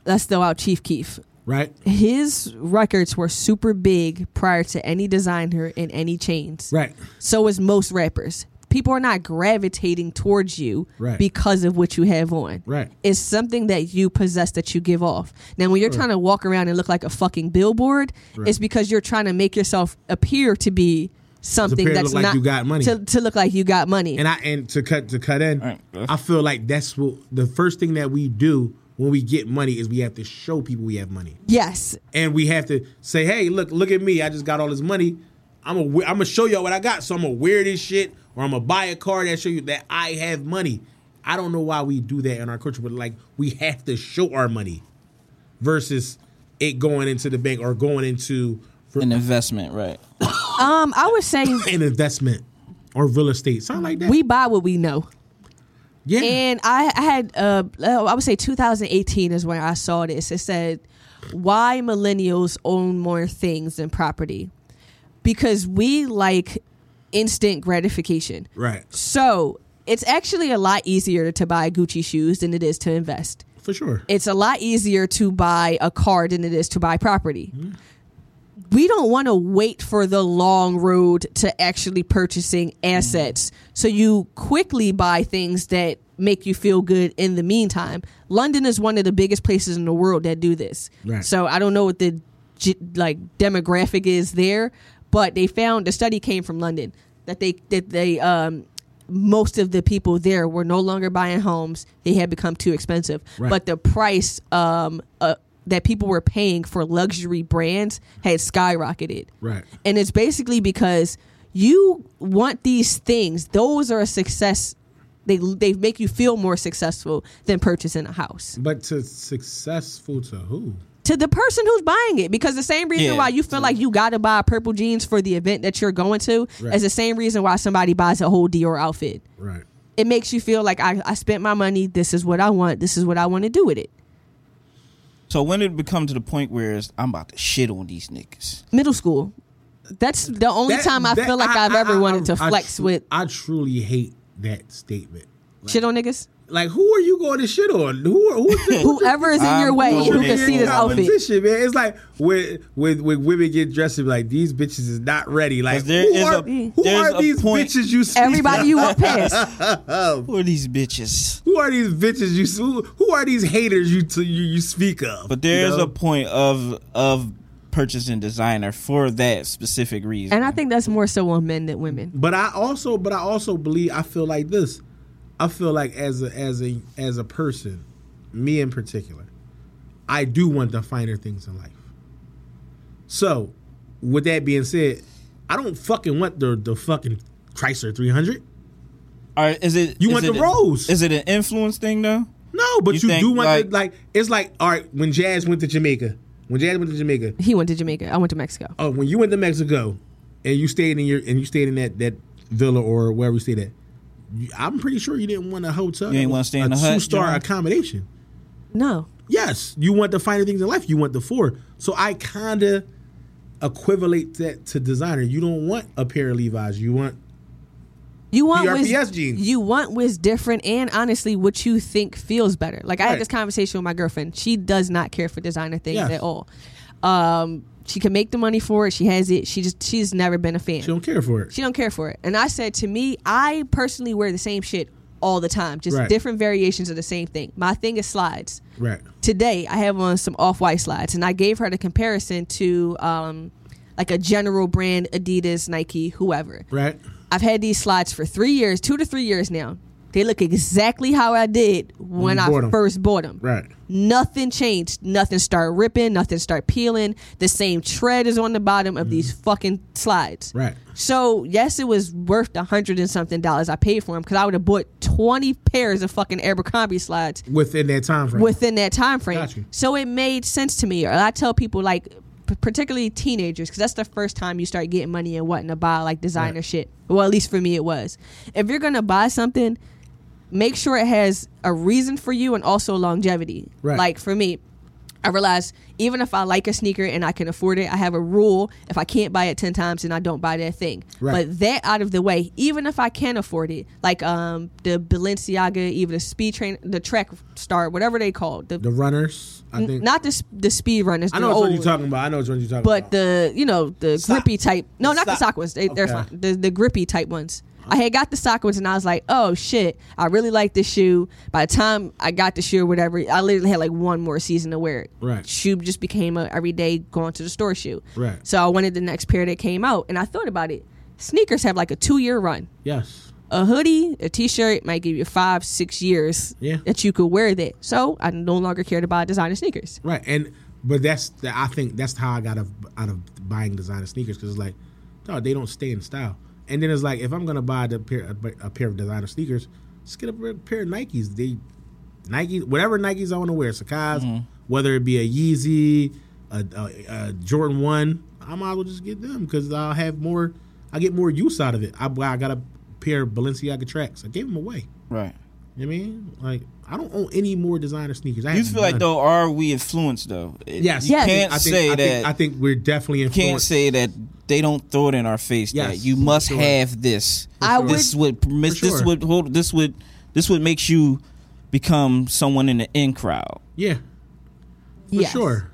let's throw out Chief Keef.
right,
His records were super big prior to any designer and any chains.
right,
So is most rappers. People are not gravitating towards you
Right.
because of what you have on.
Right.
It's something that you possess that you give off. Now, when you're trying to walk around and look like a fucking billboard, it's because you're trying to make yourself appear to be something
appear to
that's
look like
not
you got money.
To, to look like you got money.
and I and to cut to cut in,
Right.
I feel like that's what the first thing that we do when we get money is we have to show people we have money.
yes,
and we have to say, "Hey, look, look at me! I just got all this money. I'm a, I'm gonna show y'all what I got. So I'm gonna wear this shit, or I'm gonna buy a car that show you that I have money." I don't know why we do that in our culture, but like we have to show our money versus it going into the bank or going into for
an
an
investment, right?
um, I would say
investment or real estate, something like that.
we buy what we know.
yeah,
And I, I had, uh, oh, I would say 2018 is when I saw this. It said, Why millennials own more things than property? Because we like instant gratification.
right,
So it's actually a lot easier to buy Gucci shoes than it is to invest.
for sure.
It's a lot easier to buy a car than it is to buy property. We don't want to wait for the long road to actually purchasing assets. So you quickly buy things that make you feel good in the meantime. London is one of the biggest places in the world that do this.
Right.
So I don't know what the ge- like demographic is there, but they found the study came from London that they that they um most of the people there were no longer buying homes. They had become too expensive.
Right.
But the price um, uh, that people were paying for luxury brands had skyrocketed.
Right.
And it's basically because you want these things, those are a success. They, they make you feel more successful than purchasing a house
But to successful to who?
to the person who's buying it because the same reason
Yeah.
why you feel like you got to buy purple jeans for the event that you're going to
Right.
is the same reason why somebody buys a whole Dior outfit
Right.
it makes you feel like I, I spent my money. This is what I want. This is what I want to do with it.
So when did it become to the point where it's, I'm about to shit on these niggas?
Middle school. That's the only
That-
time I
that-
feel like I, have
I-
ever
I-
wanted to
I
flex
tru-
with
I truly hate that statement.
shit on niggas.
Like, who are you going to shit on? Who are, who's the,
Whoever is in your
I'm
way,
going
who can
in
see this outfit?
competition, man. It's like when when when women get dressed and be like these bitches is not ready. Like
'Cause there
who
is
are,
a-
who
there's
are
a
these
point-
bitches you speak
Everybody you walk past.
of?
Who are these bitches?
Who are these bitches you who, who are these haters you t- you, you speak of?
But there is
you know?
a point of of purchasing designer for that specific reason.
And I think that's more so on men than women.
But I also but I also believe I feel like this. I feel like as a as a as a person, me in particular, I do want the finer things in life. So, with that being said, I don't fucking want the the fucking Chrysler 300.
Or is it
You
is
want
it
the
a-
rose.
Is it an influence thing though?
No, but
You
you,
think,
do want
like-
the, like it's like all right when Jazz went to Jamaica. When Jazz went to Jamaica,
He went to Jamaica. I went to Mexico.
oh, when you went to Mexico and you stayed in your and you stayed in that that villa or wherever you stayed at, you, I'm pretty sure you didn't want a hotel.
You ain't
that
wanna
was
stay in
a
the hut,
two star
John?
accommodation.
No.
Yes, you want the finer things in life. You want the four. So I kind of equivalent that to designer. You don't want a pair of Levi's. You want
You want what's-
BRPS jeans.
You want what's different, and honestly, what you think feels better. Like I
Right.
had this conversation with my girlfriend. She does not care for designer things
Yes.
at all. Um, she can make the money for it. She has it. She just she's never been a fan.
you don't care for it.
She don't care for it. And I said to me, I personally wear the same shit all the time, just
Right.
different variations of the same thing. My thing is slides.
Right.
Today I have on some off white slides, and I gave her the comparison to um, like a general brand Adidas, Nike, whoever.
Right.
I've had these slides for three years, two to three years now. They look exactly how I did when
you
I
bought 'em.
first bought them.
Right.
Nothing changed. Nothing started ripping. Nothing started peeling. The same tread is on the bottom of these fucking slides.
Mm. Right.
So yes, it was worth the hundred and something dollars I paid for them because I would have bought twenty pairs of fucking Abercrombie slides
Within that time frame.
within that time frame.
Got you.
So it made sense to me. Or I tell people like, p- particularly teenagers, because that's the first time you start getting money and wanting to buy like designer
Right.
shit. Well, at least for me, it was. If you're gonna buy something, make sure it has a reason for you and also longevity.
Right.
Like for me. I realize even if I like a sneaker and I can afford it, I have a rule. If I can't buy it 10 times, then I don't buy that thing.
Right.
But that out of the way, even if I can afford it, like um the Balenciaga, even the speed train, the track star, whatever they call the,
the runners. I think.
not the s- the speed runners.
I know
the
what
old,
you're talking about. I know what you're talking about.
but the you know the
Sock.
grippy type. No, not the
Sock.
sock ones. They, They're
Okay. Uh-huh.
fine. The the grippy type ones. I had got the sock ones and I was like, oh shit, I really like this shoe. By the time I got the shoe or whatever, I literally had like one more season to wear it.
Right.
Shoe just became a everyday going to the store shoe.
Right.
So I wanted the next pair that came out and I thought about it. Sneakers have like a two year run
Yes.
a hoodie, a t-shirt might give you five, six years
Yeah.
that you could wear that. So I no longer care to buy designer sneakers.
Right. And but that's the, I think that's how I got of, out of buying designer sneakers because it's like, no, they don't stay in style. And then it's like if I'm gonna buy the pair a, a pair of designer sneakers, just get a pair- pair of Nikes. They Nike whatever Nikes I want to wear, Sakai's,
Mm-hmm.
whether it be a Yeezy, a, a, a Jordan One, I might as well just get them because I'll have more. I get more use out of it. I, I got a pair of Balenciaga tracks. I gave them away.
Right.
You know what I mean? Like I don't own any more designer sneakers. I
You
have
feel like
none.
though are we influenced though? It-
Yes.
You
Yes.
can't
I think,
say
I
that
Think, I think we're definitely
can't
influenced.
say that they don't throw it in our face
Yes,
that you must
sure.
have this.
I sure.
this would miss,
For
this
sure.
would hold this would this would makes you become someone in the in crowd.
yeah, for
Yes.
sure.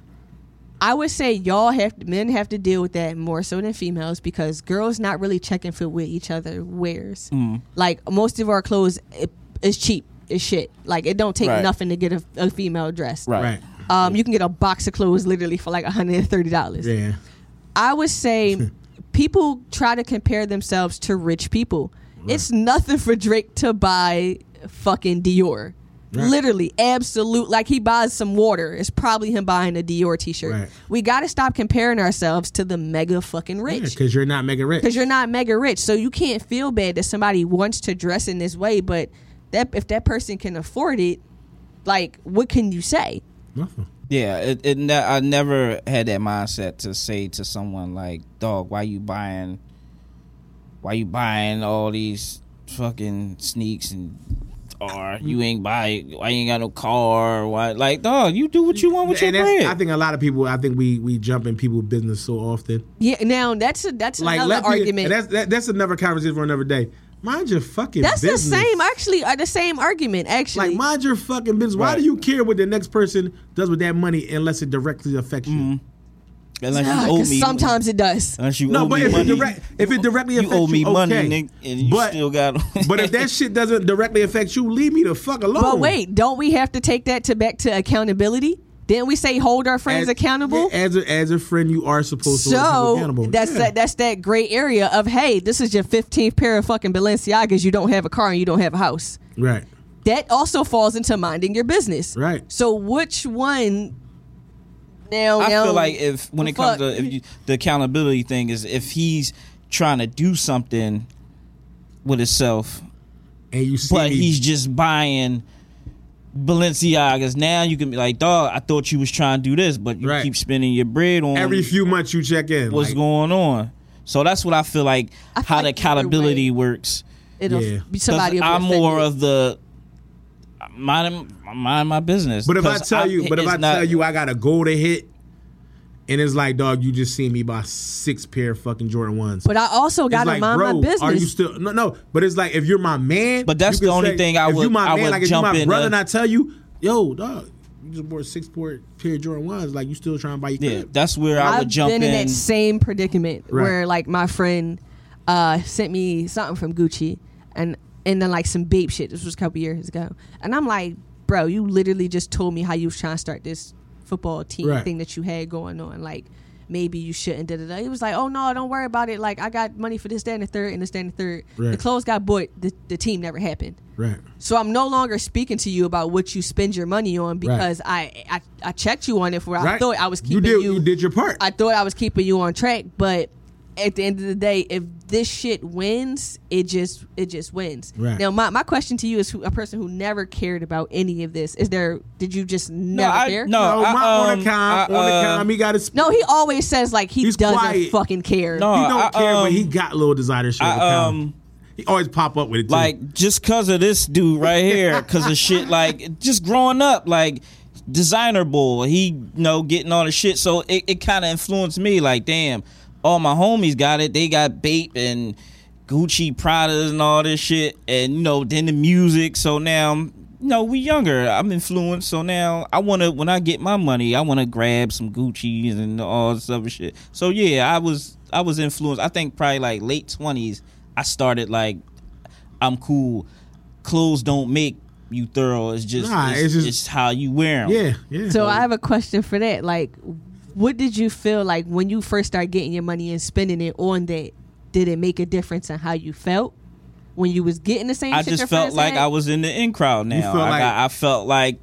I would say y'all have men have to deal with that more so than females because girls not really checking for what each other wears.
Mm.
Like most of our clothes it, is cheap as shit. Like it don't take
Right.
nothing to get a, a female dressed.
Right.
Right.
Um, you can get a box of clothes literally for like hundred and thirty dollars.
Yeah.
I would say people try to compare themselves to rich people. It's nothing for Drake to buy fucking Dior.
Right.
Literally, absolute. Like he buys some water. It's probably him buying a Dior T-shirt.
Right.
We got to stop comparing ourselves to the mega fucking rich
Because you're not mega rich.
because you're not mega rich, so you can't feel bad that somebody wants to dress in this way. But that if that person can afford it, like what can you say?
Nothing.
Yeah, it, it ne- I never had that mindset to say to someone like, "Dog, why you buying? Why you buying all these fucking sneaks and or
Mm-hmm.
you ain't buy? Why you ain't got no car? Why like, dog, you do what you want with
Mm-hmm. And
your
that's, I
bread."
think a lot of people. I think we we jump in people's business so often.
Yeah. Now that's a, that's
Like
another
let people-
argument.
and that's that, that's another conversation for another day. Mind your fucking
That's
business.
the same, actually, uh, the same argument, actually.
Like mind your fucking business. Why do
Right.
you care what the next person does with that money unless it directly affects you?
Mm-hmm. Unless
Ah,
you owe
'cause
me,
sometimes it does.
unless you
No,
owe
but
me
if it,
money,
direct, if it directly
you
affects
owe me money,
okay.
nigga, and you
but,
still got.
but if that shit doesn't directly affect you, leave me the fuck alone.
But wait, don't we have to take that to back to accountability? Didn't we say hold our friends
As-
accountable?
yeah, As a, as a friend, you are supposed to hold
so
them accountable.
that's
Yeah.
that, that's that gray area of hey, this is your fifteenth pair of fucking Balenciagas. You don't have a car and you don't have a house.
right.
That also falls into minding your business.
Right.
So which one? Now,
I
now
feel like if when it
fuck.
comes to if you, the accountability thing is if he's trying to do something with himself,
And you see
but
me-
he's just buying Balenciagas. Now you can be like, dog, I thought you was trying to do this, but you
Right.
keep spending your bread on
every few months you check in.
what's
like,
going on. So that's what I feel like
I feel
how
like either
the accountability
way-
works.
it'll
Yeah.
be
'Cause
somebody. will be
I'm more
offended.
of the mind mind my business.
But if I
'Cause
tell you, but if
it's
I
not-
tell you I got a goal to hit, and it's like, dog, you just seen me buy six pair of fucking Jordan ones.
But I also
It's
got to
like,
mind
bro,
my business.
Are you still no no? But it's like if you're my man.
But that's
you can
the only thing I
if
would-
You my
I
man,
would
like if you
jump
my
in
brother,
a-
and I tell you, yo, dog, you just bought six pair pair of Jordan ones. Like you still trying to buy your
yeah,
crib.
that's where I would
I've
jump
been in,
in.
that same predicament
Right.
where like my friend uh, sent me something from Gucci and and then like some babe shit. This was a couple years ago, and I'm like, bro, you literally just told me how you was trying to start this football team
Right.
thing that you had going on, like. Maybe you shouldn't. Da, da, da. He was like, "Oh no, don't worry about it. Like I got money for this, that, and the third, and this, that, and the third. The
Right.
clothes got bought. The, the team never happened.
Right.
So I'm no longer speaking to you about what you spend your money on because I, I I checked you on it for. I
Right.
thought I was keeping
you did you, did your part.
I thought I was keeping you on track, but at the end of the day, if this shit wins, it just it just wins.
Right.
Now, my, my question to you is: who, a person who never cared about any of this, is there? Did you just
no,
never
I,
care?
no,
no,
I,
my on
um,
account,
I,
on
uh,
account. He got his.
No, he always says like he
He's
doesn't
quiet.
fucking care.
No,
he don't
I,
care, but
um,
he got little designer shit.
I,
account.
um,
he always pop up with it. Too.
like just cause of this dude right here, cause of shit like just growing up, like designer boy, he you know getting all the shit. So it, it kind of influenced me. Like damn, all my homies got it. They got Bape and Gucci, Prada, and all this shit, and you know then the music. So now. you know, we younger. I'm influenced, so now I wanna when I get my money, I wanna grab some Gucci's and all this other shit. So yeah, I was I was influenced. I think probably like late twenties, I started like I'm cool. Clothes don't make you thorough. It's just,
Nah,
it's,
it's just-
it's how you wear them.
yeah, yeah.
So I have a question for that. Like, what did you feel like when you first started getting your money and spending it on that? Did it make a difference in how you felt when you was getting the same?
I
shit your
just felt
friends
like
had?
I was in the in crowd now.
felt
I,
like-
got, I felt like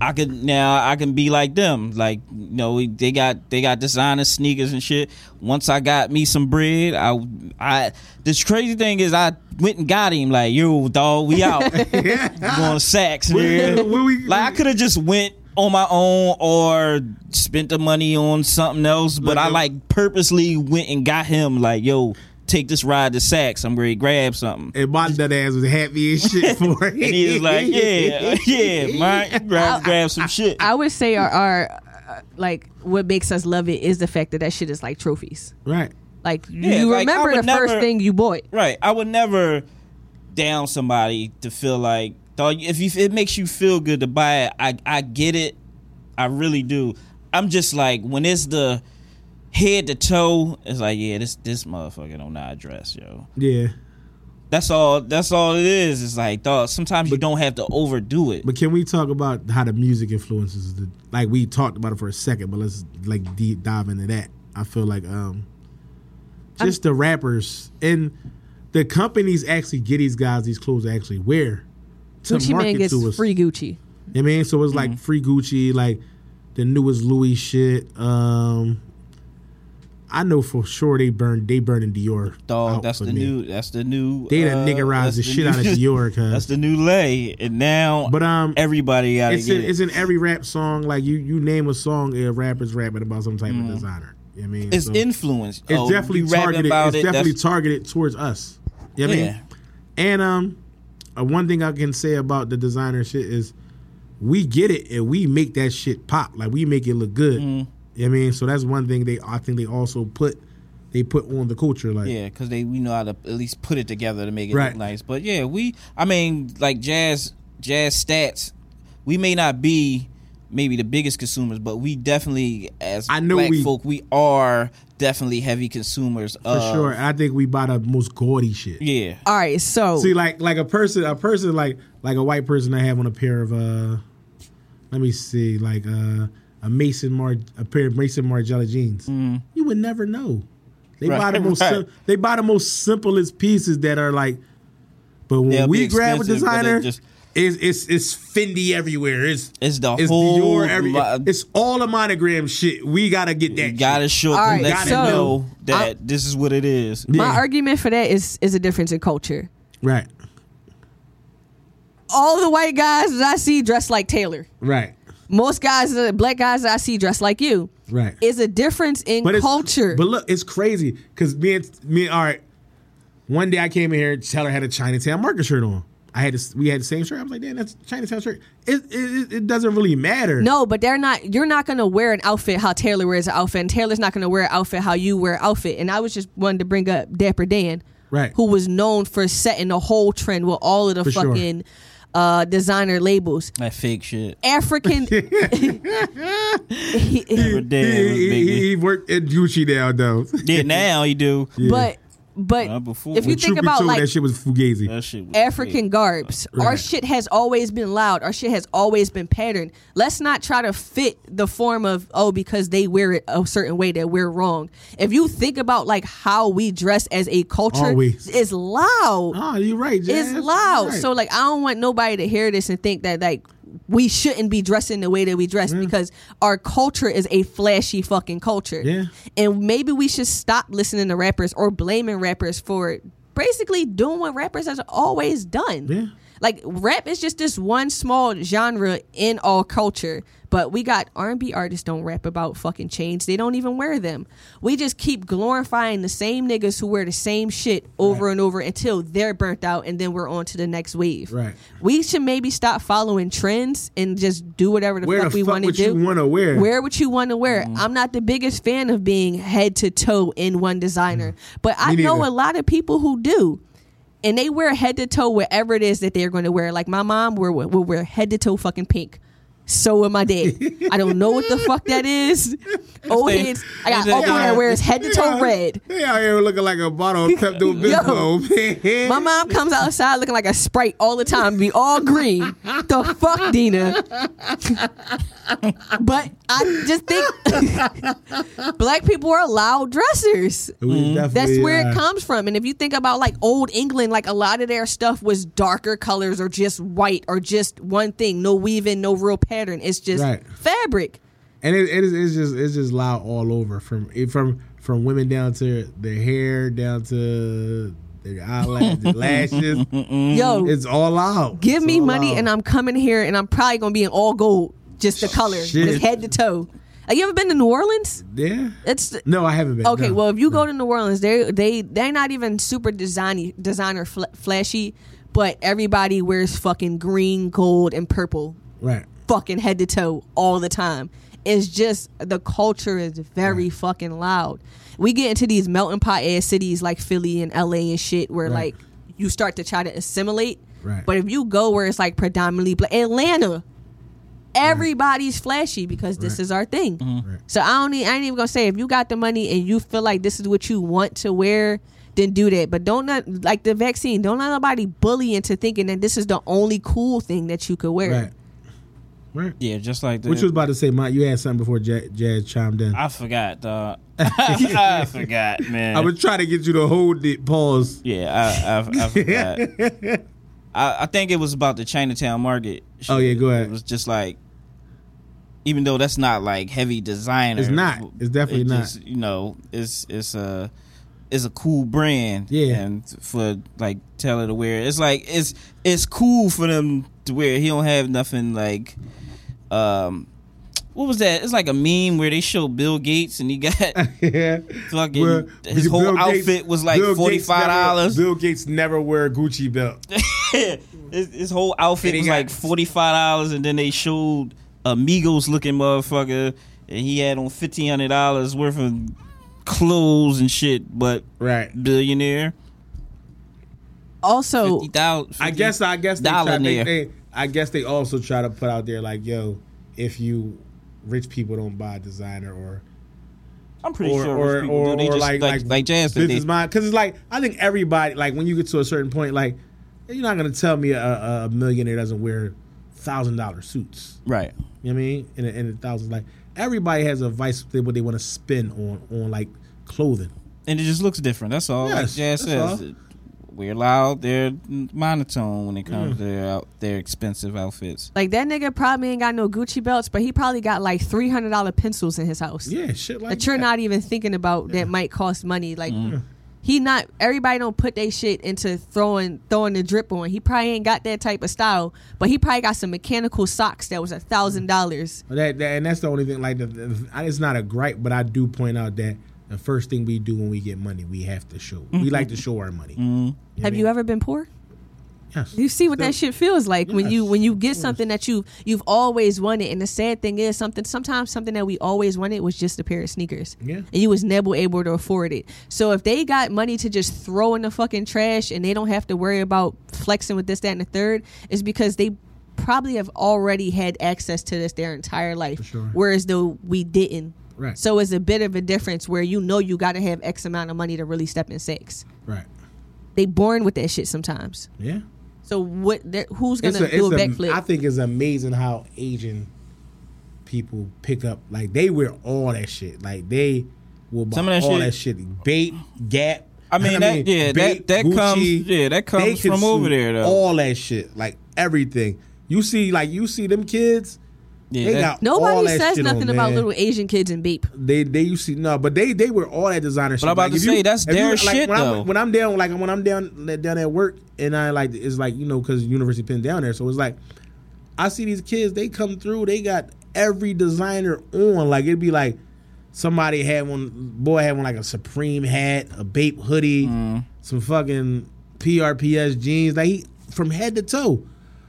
I could now I can be like them. Like you know they got they got designer sneakers and shit. Once I got me some bread, I I this crazy thing is I went and got him like yo dog we out going sacks
Where-
nigga.
where we-
like I could have just went on my own or spent the money on something else, but I
Like,
like purposely went and got him like yo. Take this ride to Saks. I'm ready to grab something.
and my nut ass was happy as shit for it.
And he was like, yeah, yeah, Mike, grab, grab some shit.
I would say our, our uh, like what makes us love it is the fact that that shit is like trophies.
right.
Like
Yeah,
you
like,
remember
I
the
would
first
never-
thing you bought.
right. I would never down somebody to feel like, dog, if you, it makes you feel good to buy it, I, I get it. I really do. I'm just like, when it's the head to toe, it's like, yeah, this this motherfucker don't know how to dress, yo.
Yeah.
That's all. That's all it is. It's like, dog. Sometimes you don't have to overdo it.
But can we talk about how the music influences the like we talked about it for a second, but let's like deep dive into that. I feel like um just the rappers and the companies actually get these guys these clothes to actually wear to
Gucci man gets free Gucci.
You know what I mean? So it's
Mm-hmm.
like free Gucci, like the newest Louis shit. Um I know for sure they burn they burning Dior.
Dog,
out
that's
for
the
me.
new. That's the new.
They
uh,
done niggerized
that's
the shit out of
new-
Dior, cuz.
That's the new lay, and now
Mm. But um,
everybody got to
it's
get
in,
it.
it's in every rap song. Like you, you name a song, a rapper's rapping about some type of designer. You know what I mean,
Mm. It's
So
influence.
it's
Oh,
definitely
you rapping
targeted.
about
It's
it,
definitely
that's-
targeted towards us. You know what I
Yeah.
mean, and um, uh, one thing I can say about the designer shit is we get it and we make that shit pop. Like we make it look good. You know what I mean, so that's one thing they I think they also put they put on the culture. Like,
Yeah, because they we know how to at least put it together to make it
Right.
look nice. But yeah, we I mean like jazz jazz stats, we may not be maybe the biggest consumers, but we definitely as
I know
black
we-
folk we are definitely heavy consumers
for
of
sure, I think we buy the most gaudy shit.
Yeah.
All right, so
See, like like a person, a person like like a white person, I have on a pair of uh, let me see, like uh, a Mason Mar a pair of Mason Margiela jeans. You would never know. They buy the
Mm-hmm. Right,
most.
right.
sim- They buy the most simplest pieces that are like. But when
They'll
we
be
grab a
expensive, but they
designer,
just-
it's it's it's Fendi everywhere. It's
It's the
it's
whole
Dior every,
lo-
It's all the monogram shit. We gotta get that.
You gotta
shit.
show
All right,
let them
so-
know that this is what it is.
my
Yeah.
argument for that is is a difference in culture.
right,
All the white guys that I see dress like Taylor.
right,
Most guys, the black guys that I see dress like you.
right.
It's a difference in
it's-
culture.
But look, it's crazy because me and me. All right, one day I came in here. Teller had a Chinatown market shirt on. I had this, we had the same shirt. I was like, damn, that's a Chinatown shirt. It, it- it it doesn't really matter.
No, but they're not. You're not gonna wear an outfit how Taylor wears an outfit, and Taylor's not gonna wear an outfit how you wear an outfit. And I was just wanting to bring up Dapper Dan,
Right.
Who was known for setting the whole trend with all of the
For sure.
fucking uh, designer labels.
That fake shit.
African.
Every
he,
day,
he,
every
he-
big-
he worked at Gucci now though.
Yeah, now you do.
But but
Not before.
if you
When
think
Truth be
about
told,
like
that shit was fugazi.
That shit was
African garbs. Our
Right.
shit has always been loud. Our shit has always been patterned. Let's not try to fit the form of oh because they wear it a certain way that we're wrong. If you think about like how we dress as a culture,
Always.
it's loud.
oh, you're right.
it's
Jazz. You're
loud.
right.
So like I don't want nobody to hear this and think that like we shouldn't be dressing the way that we dress because our culture is a flashy fucking culture.
Yeah.
And maybe we should stop listening to rappers or blaming rappers for basically doing what rappers has always done.
Yeah.
Like rap is just this one small genre in all culture, but we got R&B artists don't rap about fucking chains. They don't even wear them. We just keep glorifying the same niggas who wear the same shit over and over until they're burnt out and then we're on to the next wave.
Right.
We should maybe stop following trends and just do whatever the
Where
fuck
the
we
fuck
want to
would
do.
you wanna wear?
Wear what you want to wear.
Mm-hmm.
I'm not the biggest fan of being head to toe in one designer, but I
Mm-hmm. Me
know
neither.
a lot of people who do and they wear head to toe whatever it is that they're going to wear. Like my mom wear will wear head to toe fucking pink. So will my dad. I don't know what the fuck that is. Old
They-
heads. I got
they-
old
Yeah.
that wears head to toe
Yeah.
red.
They out here looking like a bottle of Pepto Bismol.
My mom comes outside looking like a sprite all the time, be all green. The fuck, Dina. but I just think black people are loud dressers. That's where it comes from. And if you think about like old England, like a lot of their stuff was darker colors or just white or just one thing, no weaving, no real pattern. It's just
Right.
fabric.
and it, it is it's just it's just loud all over from it- from from women down to their hair down to their eyelashes, their lashes.
Yo,
Mm-hmm. It's all loud.
give
It's
me
all
money
loud.
and I'm coming here and I'm probably gonna be in all gold, just the color,
Shit.
just head to toe. Like, you ever been to New Orleans?
yeah.
It's
No, I haven't been.
Okay,
no.
well, if you go to New Orleans, they they they're not even super designy designer fl- flashy, but everybody wears fucking green, gold, and purple,
right.
fucking head to toe all the time. It's just the culture is very fucking loud. We get into these melting pot ass cities like Philly and LA and shit, where
Right.
like you start to try to assimilate.
Right.
But if you go where it's like predominantly black, Atlanta, everybody's flashy because this
Right.
is our thing.
Right.
So I don't. e- I ain't even gonna say if you got the money and you feel like this is what you want to wear, then do that. But don't not like the vaccine. Don't let nobody bully into thinking that this is the only cool thing that you could wear.
Right. Right.
Yeah, just like the
Which was about to say, Mike, you had something before Jazz, Jazz chimed in. I,
I forgot, dog. I forgot, man.
was trying to get you to hold it. Pause.
Yeah, I, I, I forgot. I, I think it was about the Chinatown market. shit.
Oh, yeah, go ahead.
It was just like, even though that's not like heavy designer,
It's not. It's definitely not.
just, you know, it's it's a it's a cool brand.
Yeah.
and for like Taylor to wear, it's like it's it's cool for them to wear. He don't have nothing like, um. What was that? It's like a meme where they show Bill Gates and he got
yeah.
Fucking-
Well,
his whole outfit was like
Gates never-
$45.
Bill Gates never wear a Gucci belt.
his, his whole outfit
And he
was
got-
like forty five dollars, and then they showed a Migos looking motherfucker, and he had on fifteen hundred dollars worth of clothes and shit, but
Right.
billionaire.
Also,
Fifty thousand.
I guess I guess they,
Dollar
try, they,
there.
they I guess they also try to put out there like, yo, if you rich people don't buy designer or
I'm pretty
or
sure
or,
most people
or,
do. They
or
just
like, like
Jazz said,
This
they-
is mine because it's like I think everybody like when you get to a certain point like you're not gonna tell me a, a millionaire doesn't wear thousand dollar suits.
right.
You know what I mean? In a, in the thousands, like everybody has a vice they- what they want to spend on on like clothing.
and it just looks different. That's all.
Yes,
like Jazz
that's
says, we're loud. They're monotone when it
Mm.
comes to their out, their expensive outfits.
like that nigga probably ain't got no Gucci belts, but he probably got like three hundred dollar pencils in his house
Yeah, shit like
that you're
that.
not even thinking about that might cost money. Like he not everybody don't put they shit into throwing throwing the drip on. He probably ain't got that type of style, but he probably got some mechanical socks that was a thousand dollars.
That, that and that's the only thing. Like, the, the, I- it's not a gripe, but I do point out that the first thing we do when we get money, we have to show. We like to show our money.
Mm-hmm.
Have you ever been poor?
Yes.
You see what that shit feels like when you
Yes,
when you get something that you you've always wanted, and the sad thing is something sometimes something that we always wanted was just a pair of sneakers.
Yeah.
and you was never able to afford it. So if they got money to just throw in the fucking trash and they don't have to worry about flexing with this, that, and the third, it's because they probably have already had access to this their entire life,
sure.
whereas though we didn't.
Right.
So it's a bit of a difference where you know you got to have X amount of money to really step in sex.
Right.
They born with that shit sometimes.
Yeah.
So what? they're- Who's
It's
gonna do a, backflip?
I think it's amazing how Asian people pick up. Like they wear all that shit. Like they will buy
Some of that
all
shit-
that shit. Bait, Gap.
I mean, that- yeah, that- that comes- yeah, that comes
they
from
consume
over there, though.
All that shit, like everything. You see, like you see them kids.
Yeah,
They
that-
got all
Nobody
that
says
shit on,
nothing about
man.
little Asian kids and beep.
They they used to no, but they they were all that designer. shit.
I'm about
Like,
to
if you-
say, that's
if you-
their
like,
shit,
when
though.
I'm, when I'm down, like when I'm down down at work, and I like it's like you know because University Penn down there, so it's like I see these kids. They come through. They got every designer on. Like it'd be like somebody had one boy had one like a Supreme hat, a Bape hoodie,
Mm-hmm.
some fucking PRPS jeans. Like he from head to toe.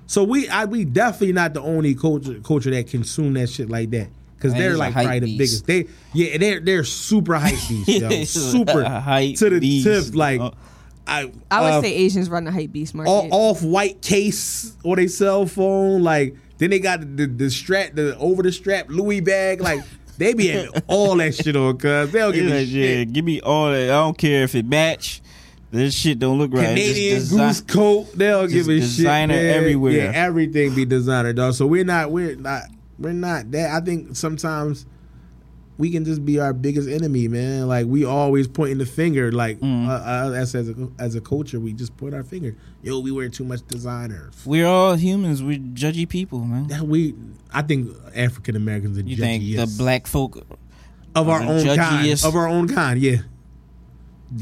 So we I, we definitely not the only culture culture that consume that shit like that. Cause
That is
they're
a
like
hype
probably the biggest.
beast.
They yeah, they're they're super hype beast, yo. super
A hype
to the
beast.
tip. Like
Uh,
I
I would
uh,
say Asians run the hype beast market.
off white case or they cell phone. Like then they got the the strap, the over the strap Louis bag. Like they be having all that shit on, cause they'll give
yeah,
me
yeah,
shit.
give me all that. I don't care if it match. This shit don't look right. It's
Canadian
just
goose
desi-
coat. They'll
just
give a shit.
designer
man.
everywhere.
Yeah, everything be designer, dog. So we're not, we're not, we're not that. I think sometimes we can just be our biggest enemy, man. Like we always pointing the finger. Like
Mm.
uh, uh, as as a, as a culture, we just point our finger. Yo, we wear too much designer.
We're all humans. We're judgy people, man.
that we I think African Americans are
You
judgy
think the black folk?
of our
the
own kind
judgiest-
of our own kind yeah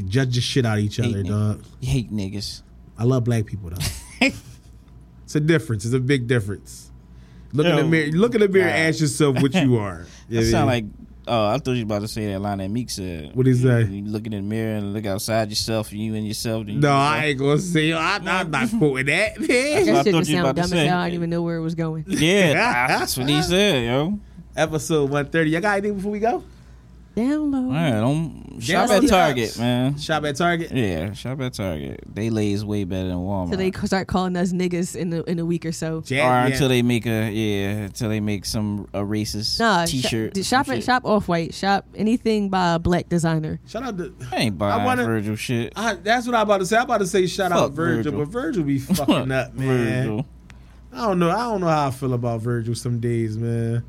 judge the shit out of each other
Hate
dog
hate niggas.
I love black people though it's a difference it's a big difference look in the
Yo,
mirror look in the mirror
God.
ask yourself what you are You know what
That
I
sound
mean?
like. Oh, I thought you were about to say that line that Meek said.
What'd he say?
You look in the mirror and look outside yourself, and you and yourself. then you
no
look
I ain't gonna say I, I'm not quoting that man.
what
that
I
shit
thought
just
you was
sound dumb
about to
as
say.
hell. I didn't even know where it was going.
Yeah, that's what he said, yo.
episode 130 y'all got anything before we go
Download.
Man, don't shop
Download
at
the
Target,
apps.
man.
shop at Target
Yeah, shop at Target. They lay is way better than Walmart.
So they c- start calling us niggas in the in a week or so.
Jack,
or
yeah.
until they make a yeah, until they make some a racist
Nah, sh-
T-shirt.
d-
some
shop at
shit.
shop off white shop anything by a black designer.
shout out to
I ain't buying
I wanna-
Virgil shit.
I, that's what I'm about to say. I'm about to say shout out
Fuck
Virgil,
Virgil.
but Virgil be fucking up, man.
Virgil.
I don't know. I don't know how I feel about Virgil some days, man.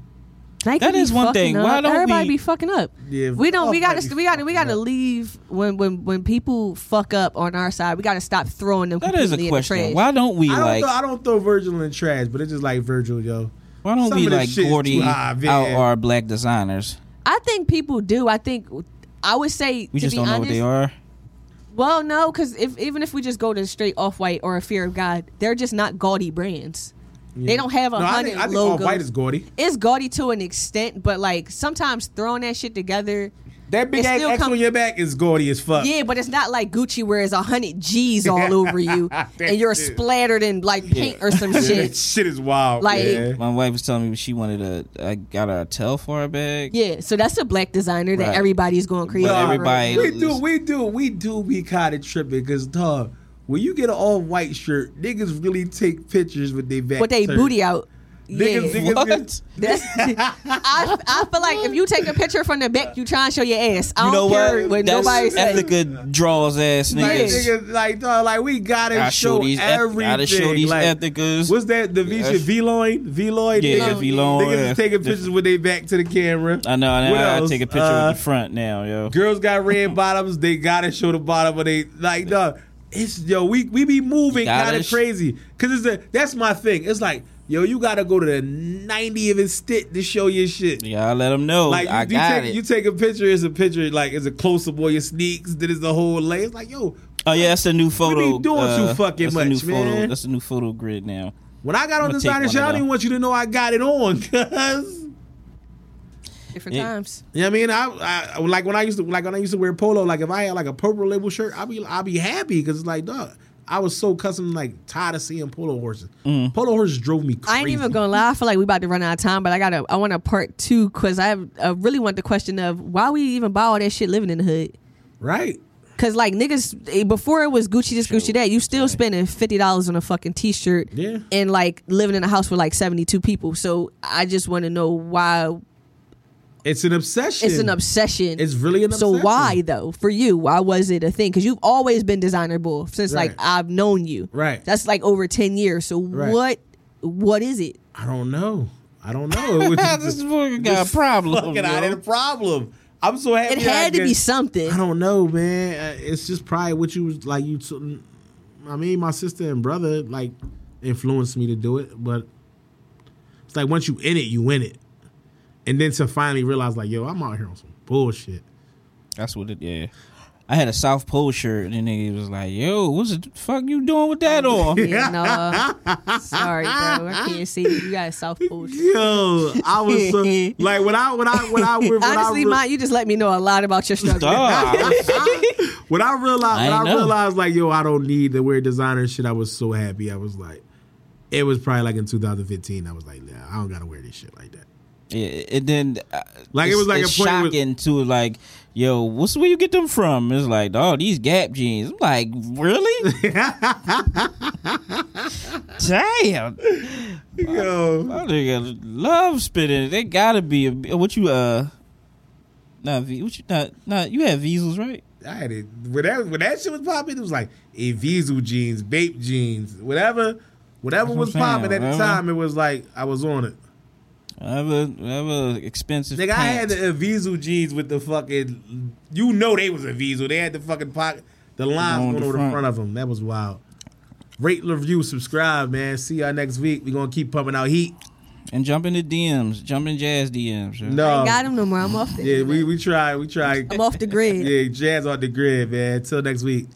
Nike
That
be
is one
fucking
thing.
Up.
Why don't
everybody
we-
be fucking up?
Yeah,
we don't. We
fuck
gotta.
might be
We gotta. We
fucking
gotta
up.
leave when when when people fuck up on our side. We gotta stop throwing them.
That is
completely
a
in
question.
The trash.
Why don't we
I don't,
like?
throw, I don't throw Virgil in the trash, but it's just like Virgil, yo.
why don't
some
we
of this
like
shit is
Gordy
too high,
out
man.
our black designers?
I think people do. I think. I would say
We
to
just
be
don't know
honest,
what they are.
Well, no, because if even if we just go to straight off white or a fear of God, they're just not gaudy brands. They don't have a
No, I
hundred
think, I think all
logos.
white is gaudy.
it's gaudy to an extent, but like sometimes throwing that shit together
That big
It
ass
still
X
come-
on your back is gaudy as fuck.
Yeah, but it's not like Gucci where it's hundred G's all over you and you're splattered in like paint or some
That
shit.
shit is wild.
Like-
man.
My wife was telling me she wanted a. I got her a Telfar bag.
Yeah, so that's a black designer that
Right.
everybody's going crazy.
But
over.
everybody-
we do, we do, we do be kind of tripping because, dog, when you get an all white shirt, niggas really take pictures with their back.
with they
turned.
booty out. Yeah,
Niggas, niggas,
What?
niggas-
That's, I, I feel like if you take a picture from the back, you try and show your ass. I
You know
don't care
what?
what nobody
That's
says.
Ethica draws ass
Like,
niggas.
niggas, like, dog, like we gotta
I
show,
show these eth-
everything.
gotta show these
like,
ethicas.
What's that? The V
Yeah.
shit, V-loin, V-loin.
Oh, Yeah,
niggas,
V-loin.
Niggas is taking pictures with their back to the camera.
I know. I,
What
know. I
else?
take a picture
Uh,
with the front now, yo.
Girls got red bottoms. They gotta show the bottom of they like dog. It's yo. We we be moving
Gotta
kind of
sh-
crazy because it's a, that's my thing. It's like yo, you gotta go to the ninety of his stick to show your shit.
Yeah, I let them know.
Like you,
I
you
got
take
it.
you take a picture. It's a picture. Like it's a close up on your sneaks. Then it's the whole lay. It's like yo.
oh yeah, that's a new photo.
doing
uh,
too fucking
that's a new
much,
photo-
man.
That's a new photo grid now.
When I got on
I'ma
this
take
riding
one
shit, I
of
didn't
them.
want you to know I got it on. Cause
Different
Yeah.
times.
you know what I mean, I, I like when I used to like when I used to wear polo. Like if I had like a purple label shirt, I'd be I'd be happy because it's like dog. I was so custom like tired of seeing polo horses.
Mm.
Polo horses drove me crazy.
I ain't even gonna lie. I feel like we about to run out of time, but I got to I want a part two because I, have- I really want the question of why we even buy all that shit living in the hood.
right.
Cause like niggas, eh, before it was Gucci this, Gucci that. You still spending fifty dollars on a fucking t-shirt,
Yeah.
and like living in a house with like seventy two people. So I just want to know why
It's an obsession.
it's an obsession.
It's really an
so
obsession.
why though? For you, why was it a thing? Because you've always been designer bull since
Right.
like I've known you.
Right.
That's like over ten years. So
Right.
what? What is it?
I don't know. I don't know. It was
this fucking got a problem.
fucking out of the
yo.
problem. I'm so happy.
It
I
had to
get-
be something.
I don't know, man. Uh, It's just probably what you was like. You, t- I mean, my sister and brother like influenced me to do it, but it's like once you in it, you in it, and then to finally realize like, yo, I'm out here on some bullshit.
That's what it. Yeah. I had a South Pole shirt, and then he was like, "Yo, what's the fuck you doing with that on?"
Yeah, no. Sorry, bro. I can't see you. You got South Pole. shit.
Yo, I was so, like when I when I when I when
Honestly,
I re-
Mike, you just let me know a lot about your struggle.
Dog, I was-
when I realized
I
when I
know.
realized like yo, I don't need to wear designer shit. I was so happy. I was like, it was probably like in 2015. I was like, nah, I don't gotta wear this shit like that.
Yeah, and then uh,
Like, it
it's-
was like a
it's
point where-
shocking to like, yo, what's where you get them from? It's like, dog, these Gap jeans. I'm like, really? Damn,
Yo,
my nigga love spitting. They gotta be a, what you uh, not V, what you not not you have Weasels right?
I had it when that when that shit was popping. It was like Evizu jeans, Bape jeans, whatever, whatever
That's
was
what I'm saying,
popping at the
whatever.
time. It was like I was on it.
Whatever, whatever expensive.
Nigga, I had
pants.
the Evizu jeans with the fucking. You know they was Evizu. They had the fucking pocket, the lines
On
going
the
over the
front.
front of them. That was wild. Rate, review, subscribe, man. See y'all next week. We gonna keep pumping out heat.
and jump in the DMs, jump in jazz DMs. yo.
I
No,
ain't got him no more. I'm off there.
yeah, we we try, we try.
I'm off the grid.
Yeah, jazz on the grid, man. Till next week.